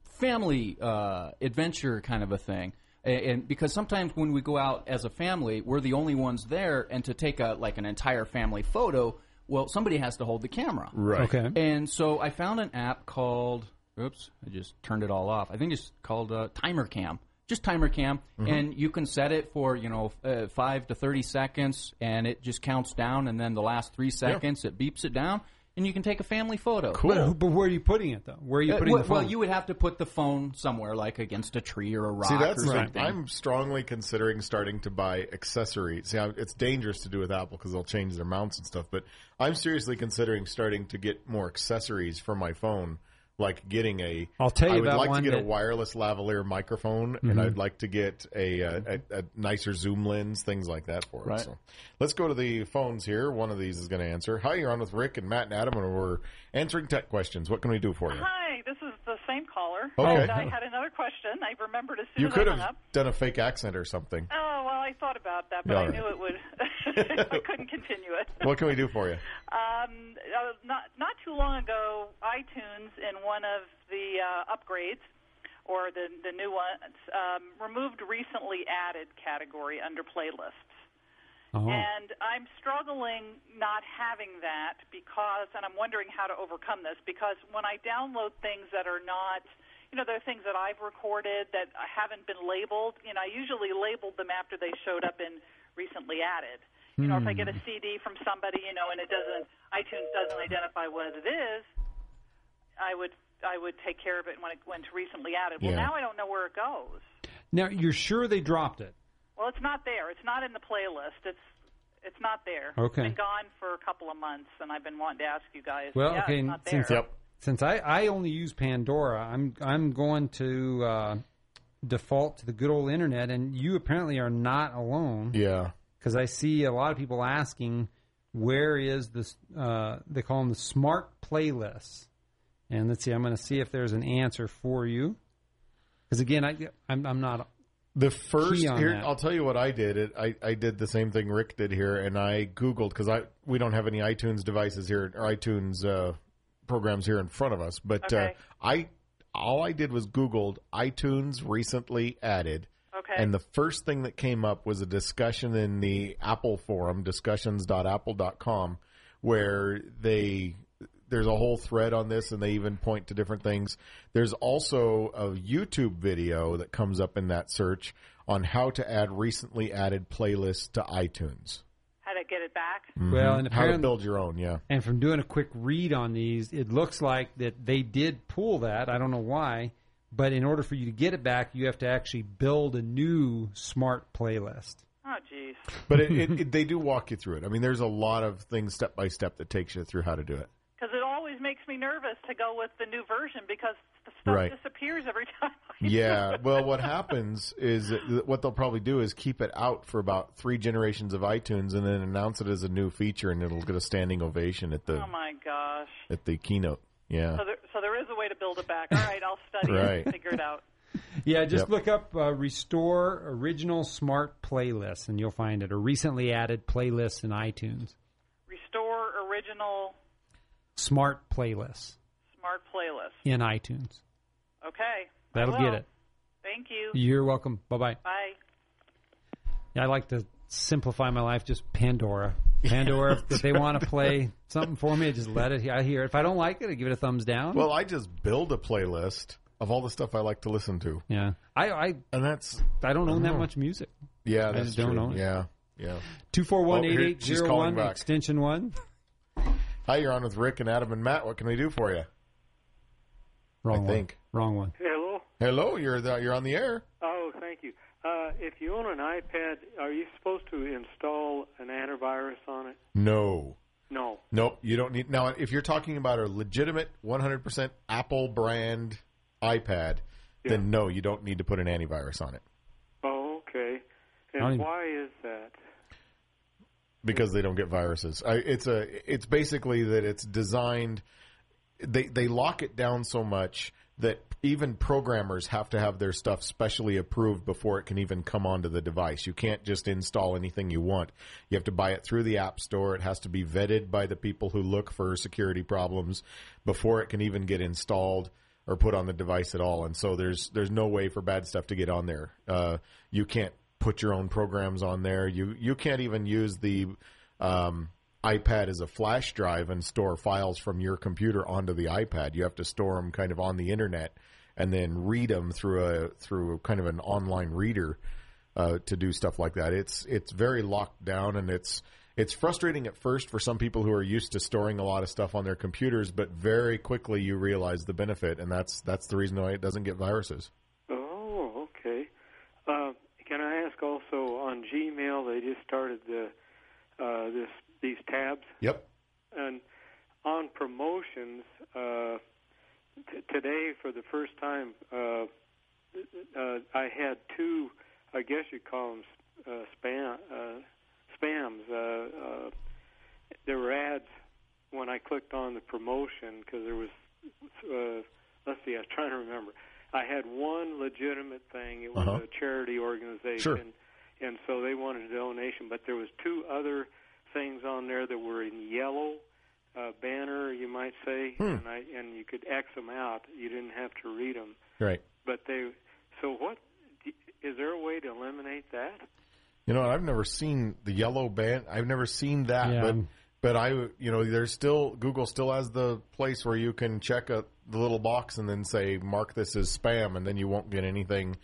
Speaker 3: family uh, adventure kind of a thing. A- And because sometimes when we go out as a family, we're the only ones there, and to take a like an entire family photo, well, somebody has to hold the camera.
Speaker 2: right.
Speaker 3: And so I found an app called, oops, I just turned it all off. I think it's called uh, Timer Cam. Just Timer Cam. And you can set it for, you know, uh, 5 to 30 seconds, and it just counts down. And then the last three seconds, it beeps it down, and you can take a family photo.
Speaker 2: Cool.
Speaker 1: But, but where are you putting it though? Where are you
Speaker 3: Uh,
Speaker 1: putting
Speaker 3: well,
Speaker 1: the phone?
Speaker 3: well, you would have to put the phone somewhere, like against a tree or a rock
Speaker 2: See, that's
Speaker 3: or
Speaker 2: the
Speaker 3: something.
Speaker 2: thing. I'm strongly considering starting to buy accessories. See, I- it's dangerous to do with Apple because they'll change their mounts and stuff. But I'm seriously considering starting to get more accessories for my phone, like getting a.
Speaker 1: I'll tell you
Speaker 2: I would
Speaker 1: about
Speaker 2: like
Speaker 1: one
Speaker 2: to get
Speaker 1: that- Mm-hmm.
Speaker 2: a wireless lavalier microphone, and I'd like to get a, uh, a, a nicer zoom lens, things like that for
Speaker 3: Right.
Speaker 2: it. So let's go to the phones here. One of these is going to answer. Hi, you're on with Rick and Matt and Adam, and we're answering tech questions. What can we do for you?
Speaker 4: Hi, this is the same caller.
Speaker 2: Okay.
Speaker 4: And I had another question. I remembered as soon
Speaker 2: You
Speaker 4: as
Speaker 2: could
Speaker 4: I hung
Speaker 2: have
Speaker 4: up.
Speaker 2: done a fake accent or something.
Speaker 4: Oh well, I thought about that, but
Speaker 2: All
Speaker 4: I
Speaker 2: right.
Speaker 4: knew it would. I couldn't continue it.
Speaker 2: What can we do for you?
Speaker 4: Um, uh, not not too long ago, iTunes in one of the uh, upgrades or the the new ones um, removed recently added category under playlists.
Speaker 1: Oh.
Speaker 4: And I'm struggling not having that because, and I'm wondering how to overcome this because when I download things that are not, you know, there are things that I've recorded that haven't been labeled. You know, I usually labeled them after they showed up in recently added. You know, if I get a CD from somebody, you know, and it doesn't, iTunes doesn't identify what it is, I would, I would take care of it when it went to recently added. Well,
Speaker 2: Yeah.
Speaker 4: now I don't know where it goes.
Speaker 1: Now you're sure they dropped it?
Speaker 4: Well, it's not there. It's not in the playlist. It's it's not there.
Speaker 1: Okay.
Speaker 4: It's been gone for a couple of months, and I've been wanting to ask you guys.
Speaker 1: Well,
Speaker 4: yeah,
Speaker 1: okay.
Speaker 4: it's
Speaker 1: and
Speaker 4: not there.
Speaker 1: Since since I, I only use Pandora, I'm I'm going to uh, default to the good old internet, and you apparently are not alone
Speaker 2: Yeah.
Speaker 1: because I see a lot of people asking where is this? Uh, they call them the smart playlists. And let's see, I'm going to see if there's an answer for you. Because again, I I'm, I'm not
Speaker 2: The first
Speaker 1: Key on
Speaker 2: here,
Speaker 1: that.
Speaker 2: I'll tell you what I did. It, I I did the same thing Rick did here, and I Googled because I we don't have any iTunes devices here or iTunes uh, programs here in front of us. But
Speaker 4: Okay.
Speaker 2: uh, I all I did was Googled iTunes recently added,
Speaker 4: Okay.
Speaker 2: and the first thing that came up was a discussion in the Apple forum discussions.apple.com where they there's a whole thread on this and they even point to different things. There's also a YouTube video that comes up in that search on how to add recently added playlists to iTunes.
Speaker 4: How to get it back?
Speaker 1: well, and
Speaker 2: Mm-hmm. How to
Speaker 1: apparently,
Speaker 2: build your own, yeah.
Speaker 1: and from doing a quick read on these, it looks like that they did pull that. I don't know why, but in order for you to get it back, you have to actually build a new smart playlist.
Speaker 4: Oh, geez.
Speaker 2: But it, it, it, they do walk you through it. I mean, there's a lot of things step by step that takes you through how to do it.
Speaker 4: Because it always makes me nervous to go with the new version because the stuff
Speaker 2: Right.
Speaker 4: disappears every time. I
Speaker 2: yeah. Well, what happens is that what they'll probably do is keep it out for about three generations of iTunes, and then announce it as a new feature, and it'll get a standing ovation at the
Speaker 4: Oh my gosh.
Speaker 2: at the keynote. Yeah.
Speaker 4: So there, so there is a way to build it back. All right, I'll study it
Speaker 2: Right.
Speaker 4: and figure it out.
Speaker 1: Yeah, just
Speaker 2: Yep.
Speaker 1: look up uh, Restore Original Smart Playlist and you'll find it, or recently added playlists in iTunes.
Speaker 4: Restore original
Speaker 1: Smart playlists
Speaker 4: smart playlist.
Speaker 1: in iTunes.
Speaker 4: Okay. I
Speaker 1: That'll
Speaker 4: will.
Speaker 1: get it.
Speaker 4: Thank you.
Speaker 1: You're welcome. Bye bye.
Speaker 4: Bye.
Speaker 1: I like to simplify my life. Just Pandora. Pandora. if they want to play something for me, I just let it. I hear it. If I don't like it, I give it a thumbs down.
Speaker 2: Well, I just build a playlist of all the stuff I like to listen to,
Speaker 1: yeah. I I,
Speaker 2: and that's
Speaker 1: I don't own that
Speaker 2: Oh.
Speaker 1: much music.
Speaker 2: yeah, that's
Speaker 1: just don't
Speaker 2: true.
Speaker 1: own it.
Speaker 2: Yeah, yeah.
Speaker 1: Two four one
Speaker 2: Oh,
Speaker 1: eight
Speaker 2: here-
Speaker 1: eight
Speaker 2: she's
Speaker 1: zero one
Speaker 2: calling back.
Speaker 1: extension one.
Speaker 2: Hi, you're on with Rick and Adam and Matt. What can we do for you?
Speaker 1: Wrong one.
Speaker 2: think.
Speaker 1: Wrong one.
Speaker 5: Hello.
Speaker 2: Hello, you're the, you're on the air.
Speaker 5: Oh, thank you. Uh, if you own an iPad, are you supposed to install an antivirus on it?
Speaker 2: No.
Speaker 5: No.
Speaker 2: Nope, you don't need. Now, if you're talking about a legitimate 100% Apple brand iPad, then no, you don't need to put an antivirus on it.
Speaker 5: Oh, okay.
Speaker 1: I don't
Speaker 5: And
Speaker 1: even-
Speaker 5: why is that?
Speaker 2: because they don't get viruses. I, it's a it's basically that it's designed. They they lock it down so much that even programmers have to have their stuff specially approved before it can even come onto the device. You can't just install anything you want. You have to buy it through the App Store. It has to be vetted by the people who look for security problems before it can even get installed or put on the device at all. And so there's there's no way for bad stuff to get on there. Uh, you can't put your own programs on there. You you can't even use the um, iPad as a flash drive and store files from your computer onto the iPad. You have to store them kind of on the internet and then read them through a through kind of an online reader uh, to do stuff like that. It's it's very locked down and it's it's frustrating at first for some people who are used to storing a lot of stuff on their computers, but very quickly you realize the benefit, and that's that's the reason why it doesn't get viruses.
Speaker 5: Oh, okay. Uh, can I ask also on Gmail? They just started the uh, this these tabs
Speaker 2: Yep.
Speaker 5: and on promotions uh, t- today for the first time. Uh, uh, I had two, I guess you'd call them uh, spam uh, spams. Uh, uh, there were ads when I clicked on the promotion because there was. Uh, let's see, I was trying to remember. I had one legitimate thing. It was
Speaker 2: Uh-huh.
Speaker 5: a charity organization,
Speaker 2: Sure.
Speaker 5: and so they wanted a donation. But there was two other things on there that were in yellow uh, banner, you might say,
Speaker 2: Hmm.
Speaker 5: and I and you could X them out. You didn't have to read them
Speaker 2: Right.
Speaker 5: but they so what is there a way to eliminate that
Speaker 2: You know, I've never seen the yellow band. I've never seen that,
Speaker 1: Yeah.
Speaker 2: but but I, you know, there's still Google still has the place where you can check a, the little box and then say mark this as spam, and then you won't get anything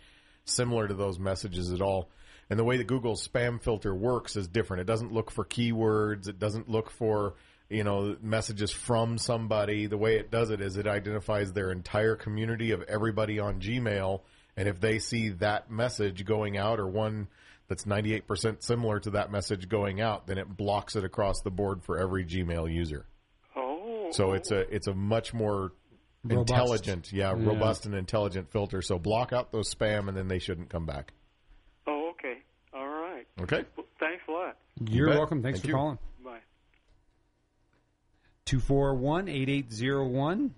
Speaker 2: similar to those messages at all. And the way that Google's spam filter works is different. It doesn't look for keywords. It doesn't look for you know messages from somebody. The way it does it is it identifies their entire community of everybody on Gmail, and if they see that message going out or one that's 98% similar to that message going out, then it blocks it across the board for every Gmail user.
Speaker 5: oh
Speaker 2: So it's a it's a much more
Speaker 1: Robust.
Speaker 2: intelligent, yeah, robust and intelligent filter. So block out those spam, and then they shouldn't come back.
Speaker 5: oh okay all right
Speaker 2: Okay.
Speaker 5: well, thanks a lot
Speaker 1: You're
Speaker 2: bet.
Speaker 1: welcome. Thanks
Speaker 2: Thank
Speaker 1: for
Speaker 2: you.
Speaker 1: calling.
Speaker 5: bye
Speaker 1: 241 8801,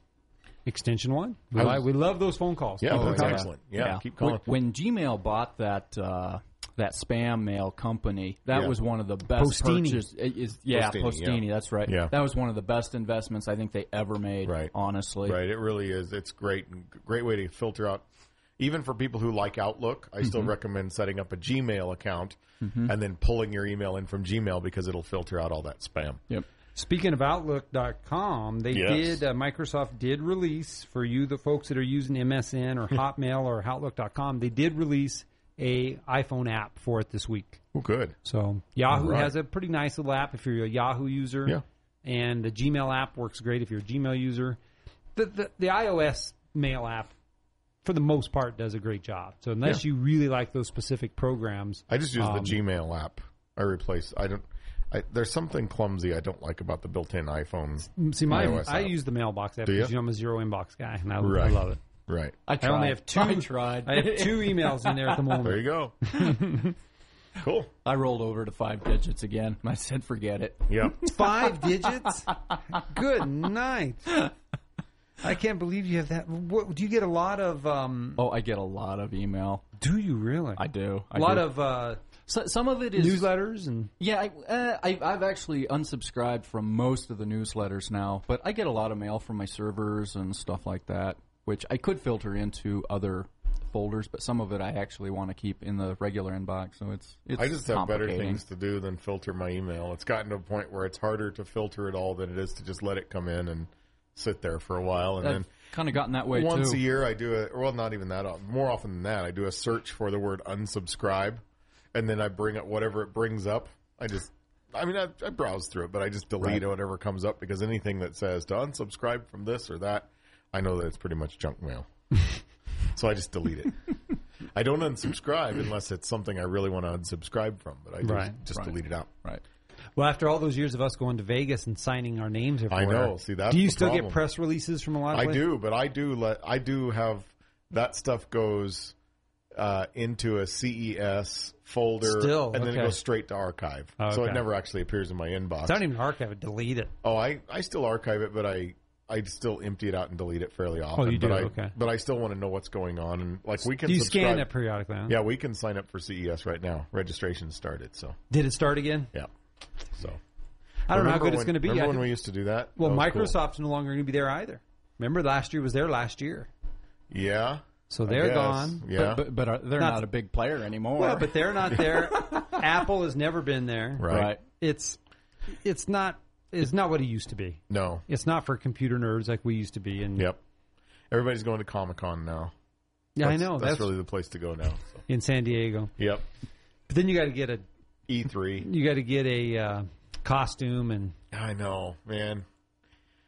Speaker 1: extension 1. We, li- we love those phone calls.
Speaker 2: Yeah,
Speaker 1: Keep
Speaker 2: that's
Speaker 1: them coming.
Speaker 2: excellent. Yeah, keep calling.
Speaker 3: Oh, When, when Gmail bought that uh, that spam mail company, that
Speaker 2: Yeah.
Speaker 3: was one of the best
Speaker 1: Postini.
Speaker 3: purchases. it is- yeah,
Speaker 2: Postini,
Speaker 3: Postini,
Speaker 2: yeah.
Speaker 3: that's right.
Speaker 2: Yeah.
Speaker 3: That was one of the best investments I think they ever made.
Speaker 2: Right.
Speaker 3: Honestly,
Speaker 2: Right. It really is. It's great. Great way to filter out. Even for people who like Outlook, I still recommend setting up a Gmail account and then pulling your email in from Gmail because it'll filter out all that spam.
Speaker 3: Yep.
Speaker 1: Speaking of Outlook.com, they
Speaker 2: Yes.
Speaker 1: did, uh, Microsoft did release for you, the folks that are using MSN or Hotmail or Outlook.com, they did release a iPhone app for it this week.
Speaker 2: Oh, good.
Speaker 1: So Yahoo
Speaker 2: Right.
Speaker 1: has a pretty nice little app if you're a Yahoo user.
Speaker 2: Yeah.
Speaker 1: And the Gmail app works great if you're a Gmail user. The, the, the iOS mail app, for the most part, does a great job. So unless you really like those specific programs,
Speaker 2: I just use the Gmail app. I replace. I don't. I, there's something clumsy I don't like about the built-in iPhone.
Speaker 1: see, my
Speaker 2: iOS
Speaker 1: I
Speaker 2: app.
Speaker 1: use the mailbox app
Speaker 2: Do you?
Speaker 1: because you know I'm a zero inbox guy, and I, I
Speaker 2: Right.
Speaker 1: love it.
Speaker 2: Right.
Speaker 3: I,
Speaker 1: I
Speaker 3: tried.
Speaker 1: only have two.
Speaker 3: I tried.
Speaker 1: I have two emails in there at the
Speaker 2: There
Speaker 1: moment.
Speaker 2: you go. cool.
Speaker 3: I rolled over to five digits again. I said, forget it.
Speaker 2: Yeah.
Speaker 1: Five digits. Good night. I can't believe you have that. What, do you get a lot of? Um,
Speaker 3: Oh, I get a lot of email.
Speaker 1: do you really?
Speaker 3: I do. I
Speaker 1: a lot
Speaker 3: do.
Speaker 1: of uh,
Speaker 3: So, some of it is
Speaker 1: newsletters and
Speaker 3: Yeah, I, uh, I, I've actually unsubscribed from most of the newsletters now, but I get a lot of mail from my servers and stuff like that, which I could filter into other folders, but some of it I actually want to keep in the regular inbox. So it's it's
Speaker 2: I just have better
Speaker 3: complicating.
Speaker 2: things to do than filter my email. It's gotten to a point where it's harder to filter it all than it is to just let it come in and sit there for a while. And
Speaker 3: I've kind of gotten that way
Speaker 2: then once
Speaker 3: too.
Speaker 2: a year, I do a well, not even that often. More often than that, I do a search for the word unsubscribe, and then I bring up whatever it brings up. I just. I mean, I, I browse through it, but I just delete whatever comes up because anything that says to unsubscribe from this or that, I know that it's pretty much junk mail. so I just delete it. I don't unsubscribe unless it's something I really want to unsubscribe from, but I just,
Speaker 1: Right.
Speaker 2: just
Speaker 3: Right.
Speaker 2: delete it out.
Speaker 3: Right.
Speaker 1: Well, after all those years of us going to Vegas and signing our names everywhere,
Speaker 2: know. See, that's
Speaker 1: do you
Speaker 2: the
Speaker 1: still
Speaker 2: problem.
Speaker 1: get press releases from a lot of
Speaker 2: I
Speaker 1: places?
Speaker 2: do, but I do let I do have that stuff goes uh, into a CES folder,
Speaker 1: Still,
Speaker 2: and then
Speaker 1: okay.
Speaker 2: it goes straight to archive.
Speaker 1: Oh,
Speaker 2: So
Speaker 1: okay.
Speaker 2: it never actually appears in my inbox.
Speaker 1: Don't even archive it. Delete it.
Speaker 2: Oh, I, I still archive it, but I I still empty it out and delete it fairly often.
Speaker 1: Oh, you do,
Speaker 2: But I,
Speaker 1: okay.
Speaker 2: But I still want to know what's going on, and like we can
Speaker 1: Do you
Speaker 2: subscribe.
Speaker 1: scan it periodically? huh?
Speaker 2: Yeah, we can sign up for CES right now. Registration started, so
Speaker 1: Did it start again?
Speaker 2: yeah. So
Speaker 1: I don't know how
Speaker 2: Remember
Speaker 1: good it's
Speaker 2: when-
Speaker 1: going to be.
Speaker 2: Remember
Speaker 1: I
Speaker 2: when
Speaker 1: think-
Speaker 2: we used to do that?
Speaker 1: well,
Speaker 2: That was cool.
Speaker 1: Microsoft's no longer going to be there either. Remember, last year was there last year,
Speaker 2: Yeah,
Speaker 1: so
Speaker 2: I
Speaker 1: they're
Speaker 2: guess.
Speaker 1: gone.
Speaker 2: Yeah,
Speaker 3: But, but are, they're
Speaker 1: Not-
Speaker 3: not, a big player anymore.
Speaker 1: Well, but they're not there. Apple has never been there.
Speaker 2: right.
Speaker 3: right.
Speaker 1: It's it's not it's not what it used to be.
Speaker 2: No.
Speaker 1: It's not for computer nerds like we used to be. And
Speaker 2: Yep. Everybody's going to Comic Con now.
Speaker 1: yeah, I
Speaker 2: That's-
Speaker 1: know
Speaker 2: That's,
Speaker 1: that's,
Speaker 2: really the place to go now. so.
Speaker 1: in San Diego.
Speaker 2: Yep.
Speaker 1: But then you got to get a
Speaker 2: E E3.
Speaker 1: you got to get a uh, costume, and
Speaker 2: I know, man.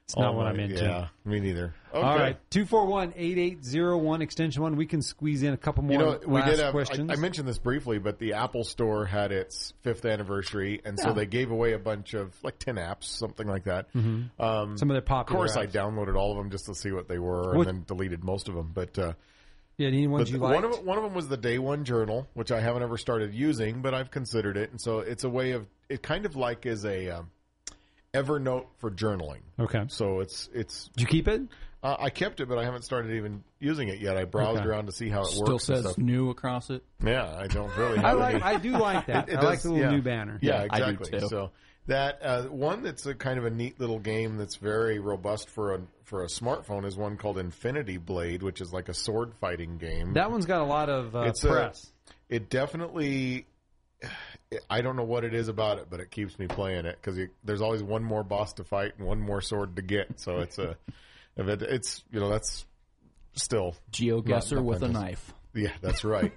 Speaker 1: it's not
Speaker 2: Oh
Speaker 1: what
Speaker 2: my-
Speaker 1: I'm into.
Speaker 2: Yeah, me neither. Okay.
Speaker 1: All right, two four one eight eight zero one extension one. We can squeeze in a couple more
Speaker 2: You know, we
Speaker 1: last
Speaker 2: did have.
Speaker 1: questions.
Speaker 2: I, I mentioned this briefly, but the Apple Store had its fifth anniversary, and so they gave away a bunch of like ten apps, something like that.
Speaker 1: Mm-hmm.
Speaker 2: Um,
Speaker 1: Some of their
Speaker 2: of
Speaker 1: popular.
Speaker 2: course, I
Speaker 1: apps.
Speaker 2: downloaded all of them just to see what they were,
Speaker 1: What-
Speaker 2: and then deleted most of them. But uh,
Speaker 1: Yeah, any ones you
Speaker 2: But
Speaker 1: like?
Speaker 2: One of one of them was the day one journal, which I haven't ever started using, but I've considered it, and so it's a way of it kind of like is a um, Evernote for journaling.
Speaker 1: Okay.
Speaker 2: So it's it's
Speaker 1: Did you keep it?
Speaker 2: uh, I kept it, but I haven't started even using it yet. I browsed
Speaker 1: Okay.
Speaker 2: around to see how it
Speaker 3: Still
Speaker 2: works.
Speaker 3: says
Speaker 2: and stuff.
Speaker 3: new across it.
Speaker 2: yeah, I don't really.
Speaker 1: I
Speaker 2: have
Speaker 1: like.
Speaker 2: any-
Speaker 1: I do like that.
Speaker 2: It
Speaker 1: I like
Speaker 2: does,
Speaker 1: the little
Speaker 2: yeah.
Speaker 1: new banner.
Speaker 2: Yeah,
Speaker 3: I do
Speaker 2: exactly.
Speaker 3: too.
Speaker 2: So that uh, one that's a kind of a neat little game that's very robust for a for a smartphone is one called Infinity Blade, which is like a sword fighting game.
Speaker 1: that one's got a lot of uh,
Speaker 2: It's a-
Speaker 1: press.
Speaker 2: it definitely i don't know what it is about it but it keeps me playing it because there's always one more boss to fight and one more sword to get so it's a if it, it's you know that's still
Speaker 3: GeoGuessr
Speaker 2: Not-
Speaker 3: with a
Speaker 2: nothing.
Speaker 3: knife.
Speaker 2: yeah that's right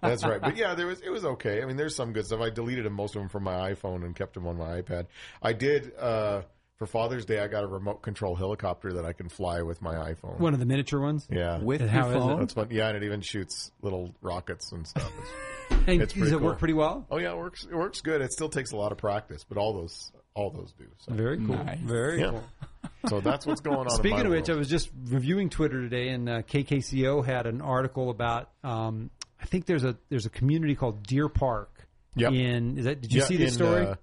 Speaker 2: that's right but yeah there was it was okay i mean there's some good stuff i deleted most of them from my iphone and kept them on my ipad i did uh for father's day i got a remote control helicopter that i can fly with my iphone
Speaker 1: One of the miniature ones.
Speaker 2: yeah
Speaker 3: With
Speaker 1: And
Speaker 3: your
Speaker 1: how is it?
Speaker 3: phone.
Speaker 2: that's fun yeah and it even shoots little rockets and stuff It's-
Speaker 1: And
Speaker 2: It's
Speaker 1: does
Speaker 2: pretty
Speaker 1: it work
Speaker 2: cool.
Speaker 1: pretty well?
Speaker 2: Oh yeah, it works. It works good. It still takes a lot of practice, but all those all those do. So,
Speaker 1: Very cool.
Speaker 3: Nice.
Speaker 1: Very
Speaker 2: Yeah.
Speaker 1: cool.
Speaker 2: so that's what's going on.
Speaker 1: Speaking
Speaker 2: in
Speaker 1: of
Speaker 2: my
Speaker 1: which, I was just reviewing Twitter today, and uh, KKCO had an article about. Um, I think there's a there's a community called Deer Park.
Speaker 2: Yep.
Speaker 1: In is that? Did you see the story?
Speaker 2: In, uh,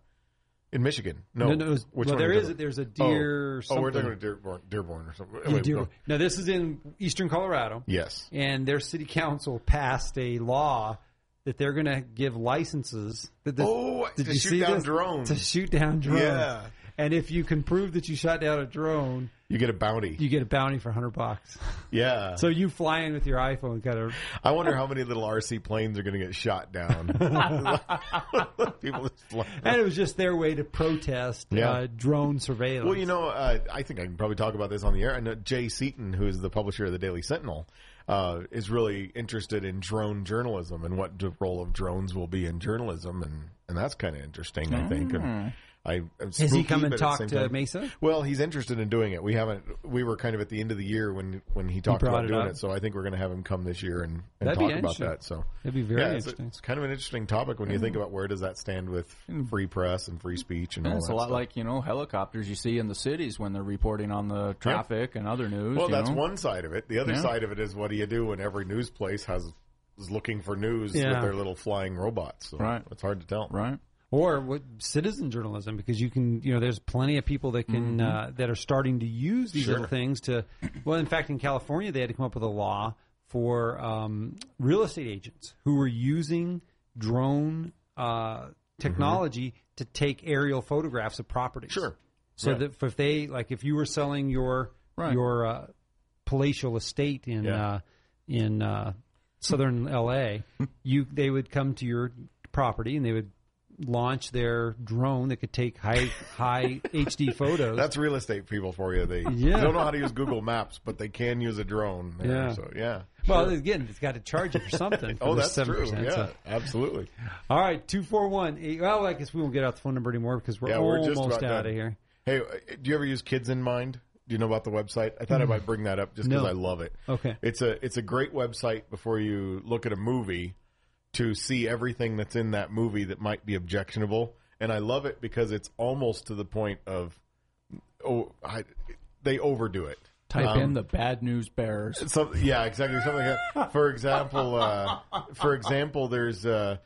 Speaker 2: in Michigan, no,
Speaker 1: No, no, it was-
Speaker 2: which
Speaker 1: well,
Speaker 2: one are
Speaker 1: there
Speaker 2: we
Speaker 1: is
Speaker 2: talking
Speaker 1: a- there's a
Speaker 2: about? Oh.
Speaker 1: deer
Speaker 2: Oh, we're
Speaker 1: something.
Speaker 2: talking about Dearborn, Dearborn or something.
Speaker 1: Yeah,
Speaker 2: Wait,
Speaker 1: Deer
Speaker 2: no.
Speaker 1: Park. Now this is in eastern Colorado.
Speaker 2: Yes,
Speaker 1: and their city council passed a law that they're going to give licenses. That the,
Speaker 2: Oh, to shoot down drones.
Speaker 1: To shoot down drones.
Speaker 2: Yeah.
Speaker 1: And if you can prove that you shot down a drone,
Speaker 2: you get a bounty.
Speaker 1: you get a bounty for hundred bucks.
Speaker 2: yeah.
Speaker 1: So you fly in with your iPhone, kind of.
Speaker 2: I wonder how many little RC planes are going to get shot down. People just fly.
Speaker 1: And it was just their way to protest
Speaker 2: Yeah.
Speaker 1: uh, drone surveillance.
Speaker 2: Well, you know, uh, I think I can probably talk about this on the air. I know Jay Seaton, who is the publisher of the Daily Sentinel, uh, is really interested in drone journalism and what the role of drones will be in journalism, and and that's kind of interesting. I think. And I, I'm
Speaker 1: Has he
Speaker 2: spooky,
Speaker 1: come
Speaker 2: but
Speaker 1: and
Speaker 2: at the
Speaker 1: talked
Speaker 2: same
Speaker 1: to
Speaker 2: time-
Speaker 1: Mesa?
Speaker 2: Well, he's interested in doing it. We haven't. We were kind of at the end of the year when when he talked
Speaker 1: brought
Speaker 2: about
Speaker 1: it
Speaker 2: doing
Speaker 1: up.
Speaker 2: it, so I think we're going to have him come this year and, and
Speaker 1: That'd
Speaker 2: talk
Speaker 1: be
Speaker 2: about
Speaker 1: interesting.
Speaker 2: that. So
Speaker 1: That'd be very
Speaker 2: Yeah, it's-
Speaker 1: interesting. Hmm.
Speaker 2: It's, kind of an interesting topic when you think about where does that stand with free press and free speech and all
Speaker 3: It's
Speaker 2: that
Speaker 3: a lot
Speaker 2: stuff.
Speaker 3: like you know helicopters you see in the cities when they're reporting on the traffic and other news.
Speaker 2: Well,
Speaker 3: you
Speaker 2: that's
Speaker 3: know?
Speaker 2: one side of it. The other
Speaker 3: Yeah.
Speaker 2: side of it is what do you do when every news place has is looking for news
Speaker 1: Yeah.
Speaker 2: with their little flying robots? So
Speaker 3: Right.
Speaker 2: It's hard to tell.
Speaker 3: right.
Speaker 1: or what citizen journalism because you can you know there's plenty of people that can uh, that are starting to use these
Speaker 2: Mm-hmm. Sure.
Speaker 1: little things to well in fact in california they had to come up with a law for um, real estate agents who were using drone uh,
Speaker 2: Mm-hmm.
Speaker 1: technology to take aerial photographs of properties
Speaker 2: Sure.
Speaker 1: so
Speaker 2: Right.
Speaker 1: that if they like if you were selling your
Speaker 3: Right.
Speaker 1: your uh, palatial estate in
Speaker 2: Yeah.
Speaker 1: uh, in uh, southern LA, you they would come to your property and they would launch their drone that could take high high HD photos.
Speaker 2: That's real estate people for you. They
Speaker 1: Yeah.
Speaker 2: don't know how to use Google Maps, but they can use a drone. there.
Speaker 1: Yeah.
Speaker 2: So yeah.
Speaker 1: well,
Speaker 2: Sure.
Speaker 1: again, it's got to charge you for something. for
Speaker 2: Oh,
Speaker 1: the
Speaker 2: that's true.
Speaker 1: 7%,
Speaker 2: Yeah,
Speaker 1: so.
Speaker 2: absolutely.
Speaker 1: All right, two four one. Eight, well, I guess we won't get out the phone number anymore because we're
Speaker 2: Yeah, we're
Speaker 1: almost
Speaker 2: just about
Speaker 1: out of
Speaker 2: done.
Speaker 1: here.
Speaker 2: Hey, uh, do you ever use Kids in Mind? Do you know about the website? I thought I might bring that up just because
Speaker 1: Mm. No.
Speaker 2: I love it.
Speaker 1: Okay.
Speaker 2: It's a it's a great website before you look at a movie to see everything that's in that movie that might be objectionable, and I love it because it's almost to the point of oh, I, they overdo it.
Speaker 3: Type in the bad news bearers.
Speaker 2: So yeah, exactly. Something like that. For example, uh, for example, there's uh,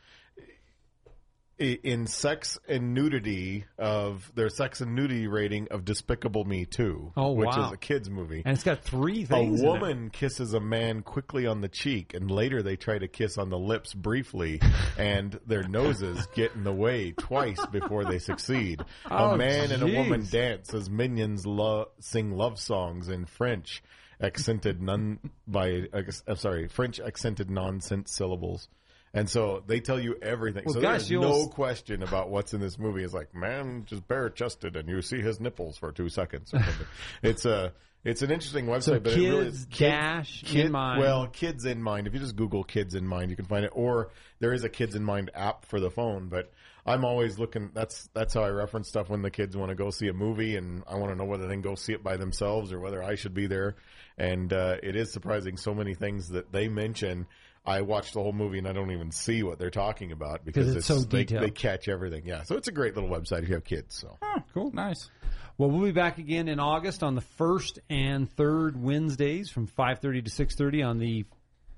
Speaker 2: i- in sex and nudity of their sex and nudity rating of Despicable Me Two,
Speaker 1: Oh,
Speaker 2: which
Speaker 1: wow.
Speaker 2: is a kids movie.
Speaker 1: and it's got three
Speaker 2: a
Speaker 1: things. in it.
Speaker 2: woman kisses a man quickly on the cheek, and later they try to kiss on the lips briefly, and their noses get in the way twice before they succeed.
Speaker 1: Oh,
Speaker 2: a man and a woman
Speaker 1: jeez.
Speaker 2: dance as minions lo- sing love songs in French, accented non by ex- I'm sorry, French accented nonsense syllables. And so they tell you everything.
Speaker 1: Well,
Speaker 2: so
Speaker 1: gosh,
Speaker 2: there's
Speaker 1: you'll-
Speaker 2: no question about what's in this movie. It's like man just bare chested, and you see his nipples for two seconds. or something. it's a it's an interesting website,
Speaker 1: So
Speaker 2: but
Speaker 1: kids
Speaker 2: it really is
Speaker 1: dash
Speaker 2: Kid-
Speaker 1: in mind.
Speaker 2: Well, Kids in Mind. If you just Google Kids in Mind, you can find it. Or there is a Kids in Mind app for the phone. But I'm always looking. That's that's how I reference stuff when the kids want to go see a movie, and I want to know whether they can go see it by themselves or whether I should be there. And uh, it is surprising so many things that they mention. I watch the whole movie and I don't even see what they're talking about because
Speaker 1: it's so
Speaker 2: they,
Speaker 1: detailed.
Speaker 2: they catch everything. Yeah, so it's a great little website if you have kids. So
Speaker 3: Cool, nice.
Speaker 1: Well, we'll be back again in August on the first and third Wednesdays from five thirty to six thirty on the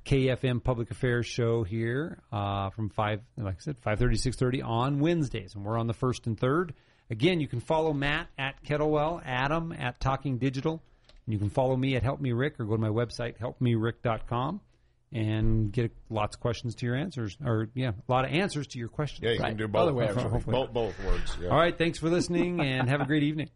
Speaker 1: KFM Public Affairs Show here uh, from five, like I said, five thirty to six thirty on Wednesdays, and we're on the first and third. Again, you can follow Matt at Kettlewell, Adam at Talking Digital, and you can follow me at Help Me Rick or go to my website helpmerick.com and get lots of questions to your answers, or yeah, a lot of answers to your questions.
Speaker 2: yeah, you
Speaker 3: Right.
Speaker 2: can do both.
Speaker 3: Other way around.
Speaker 2: actually. both both words. Yeah.
Speaker 1: All right, thanks for listening, and have a great evening.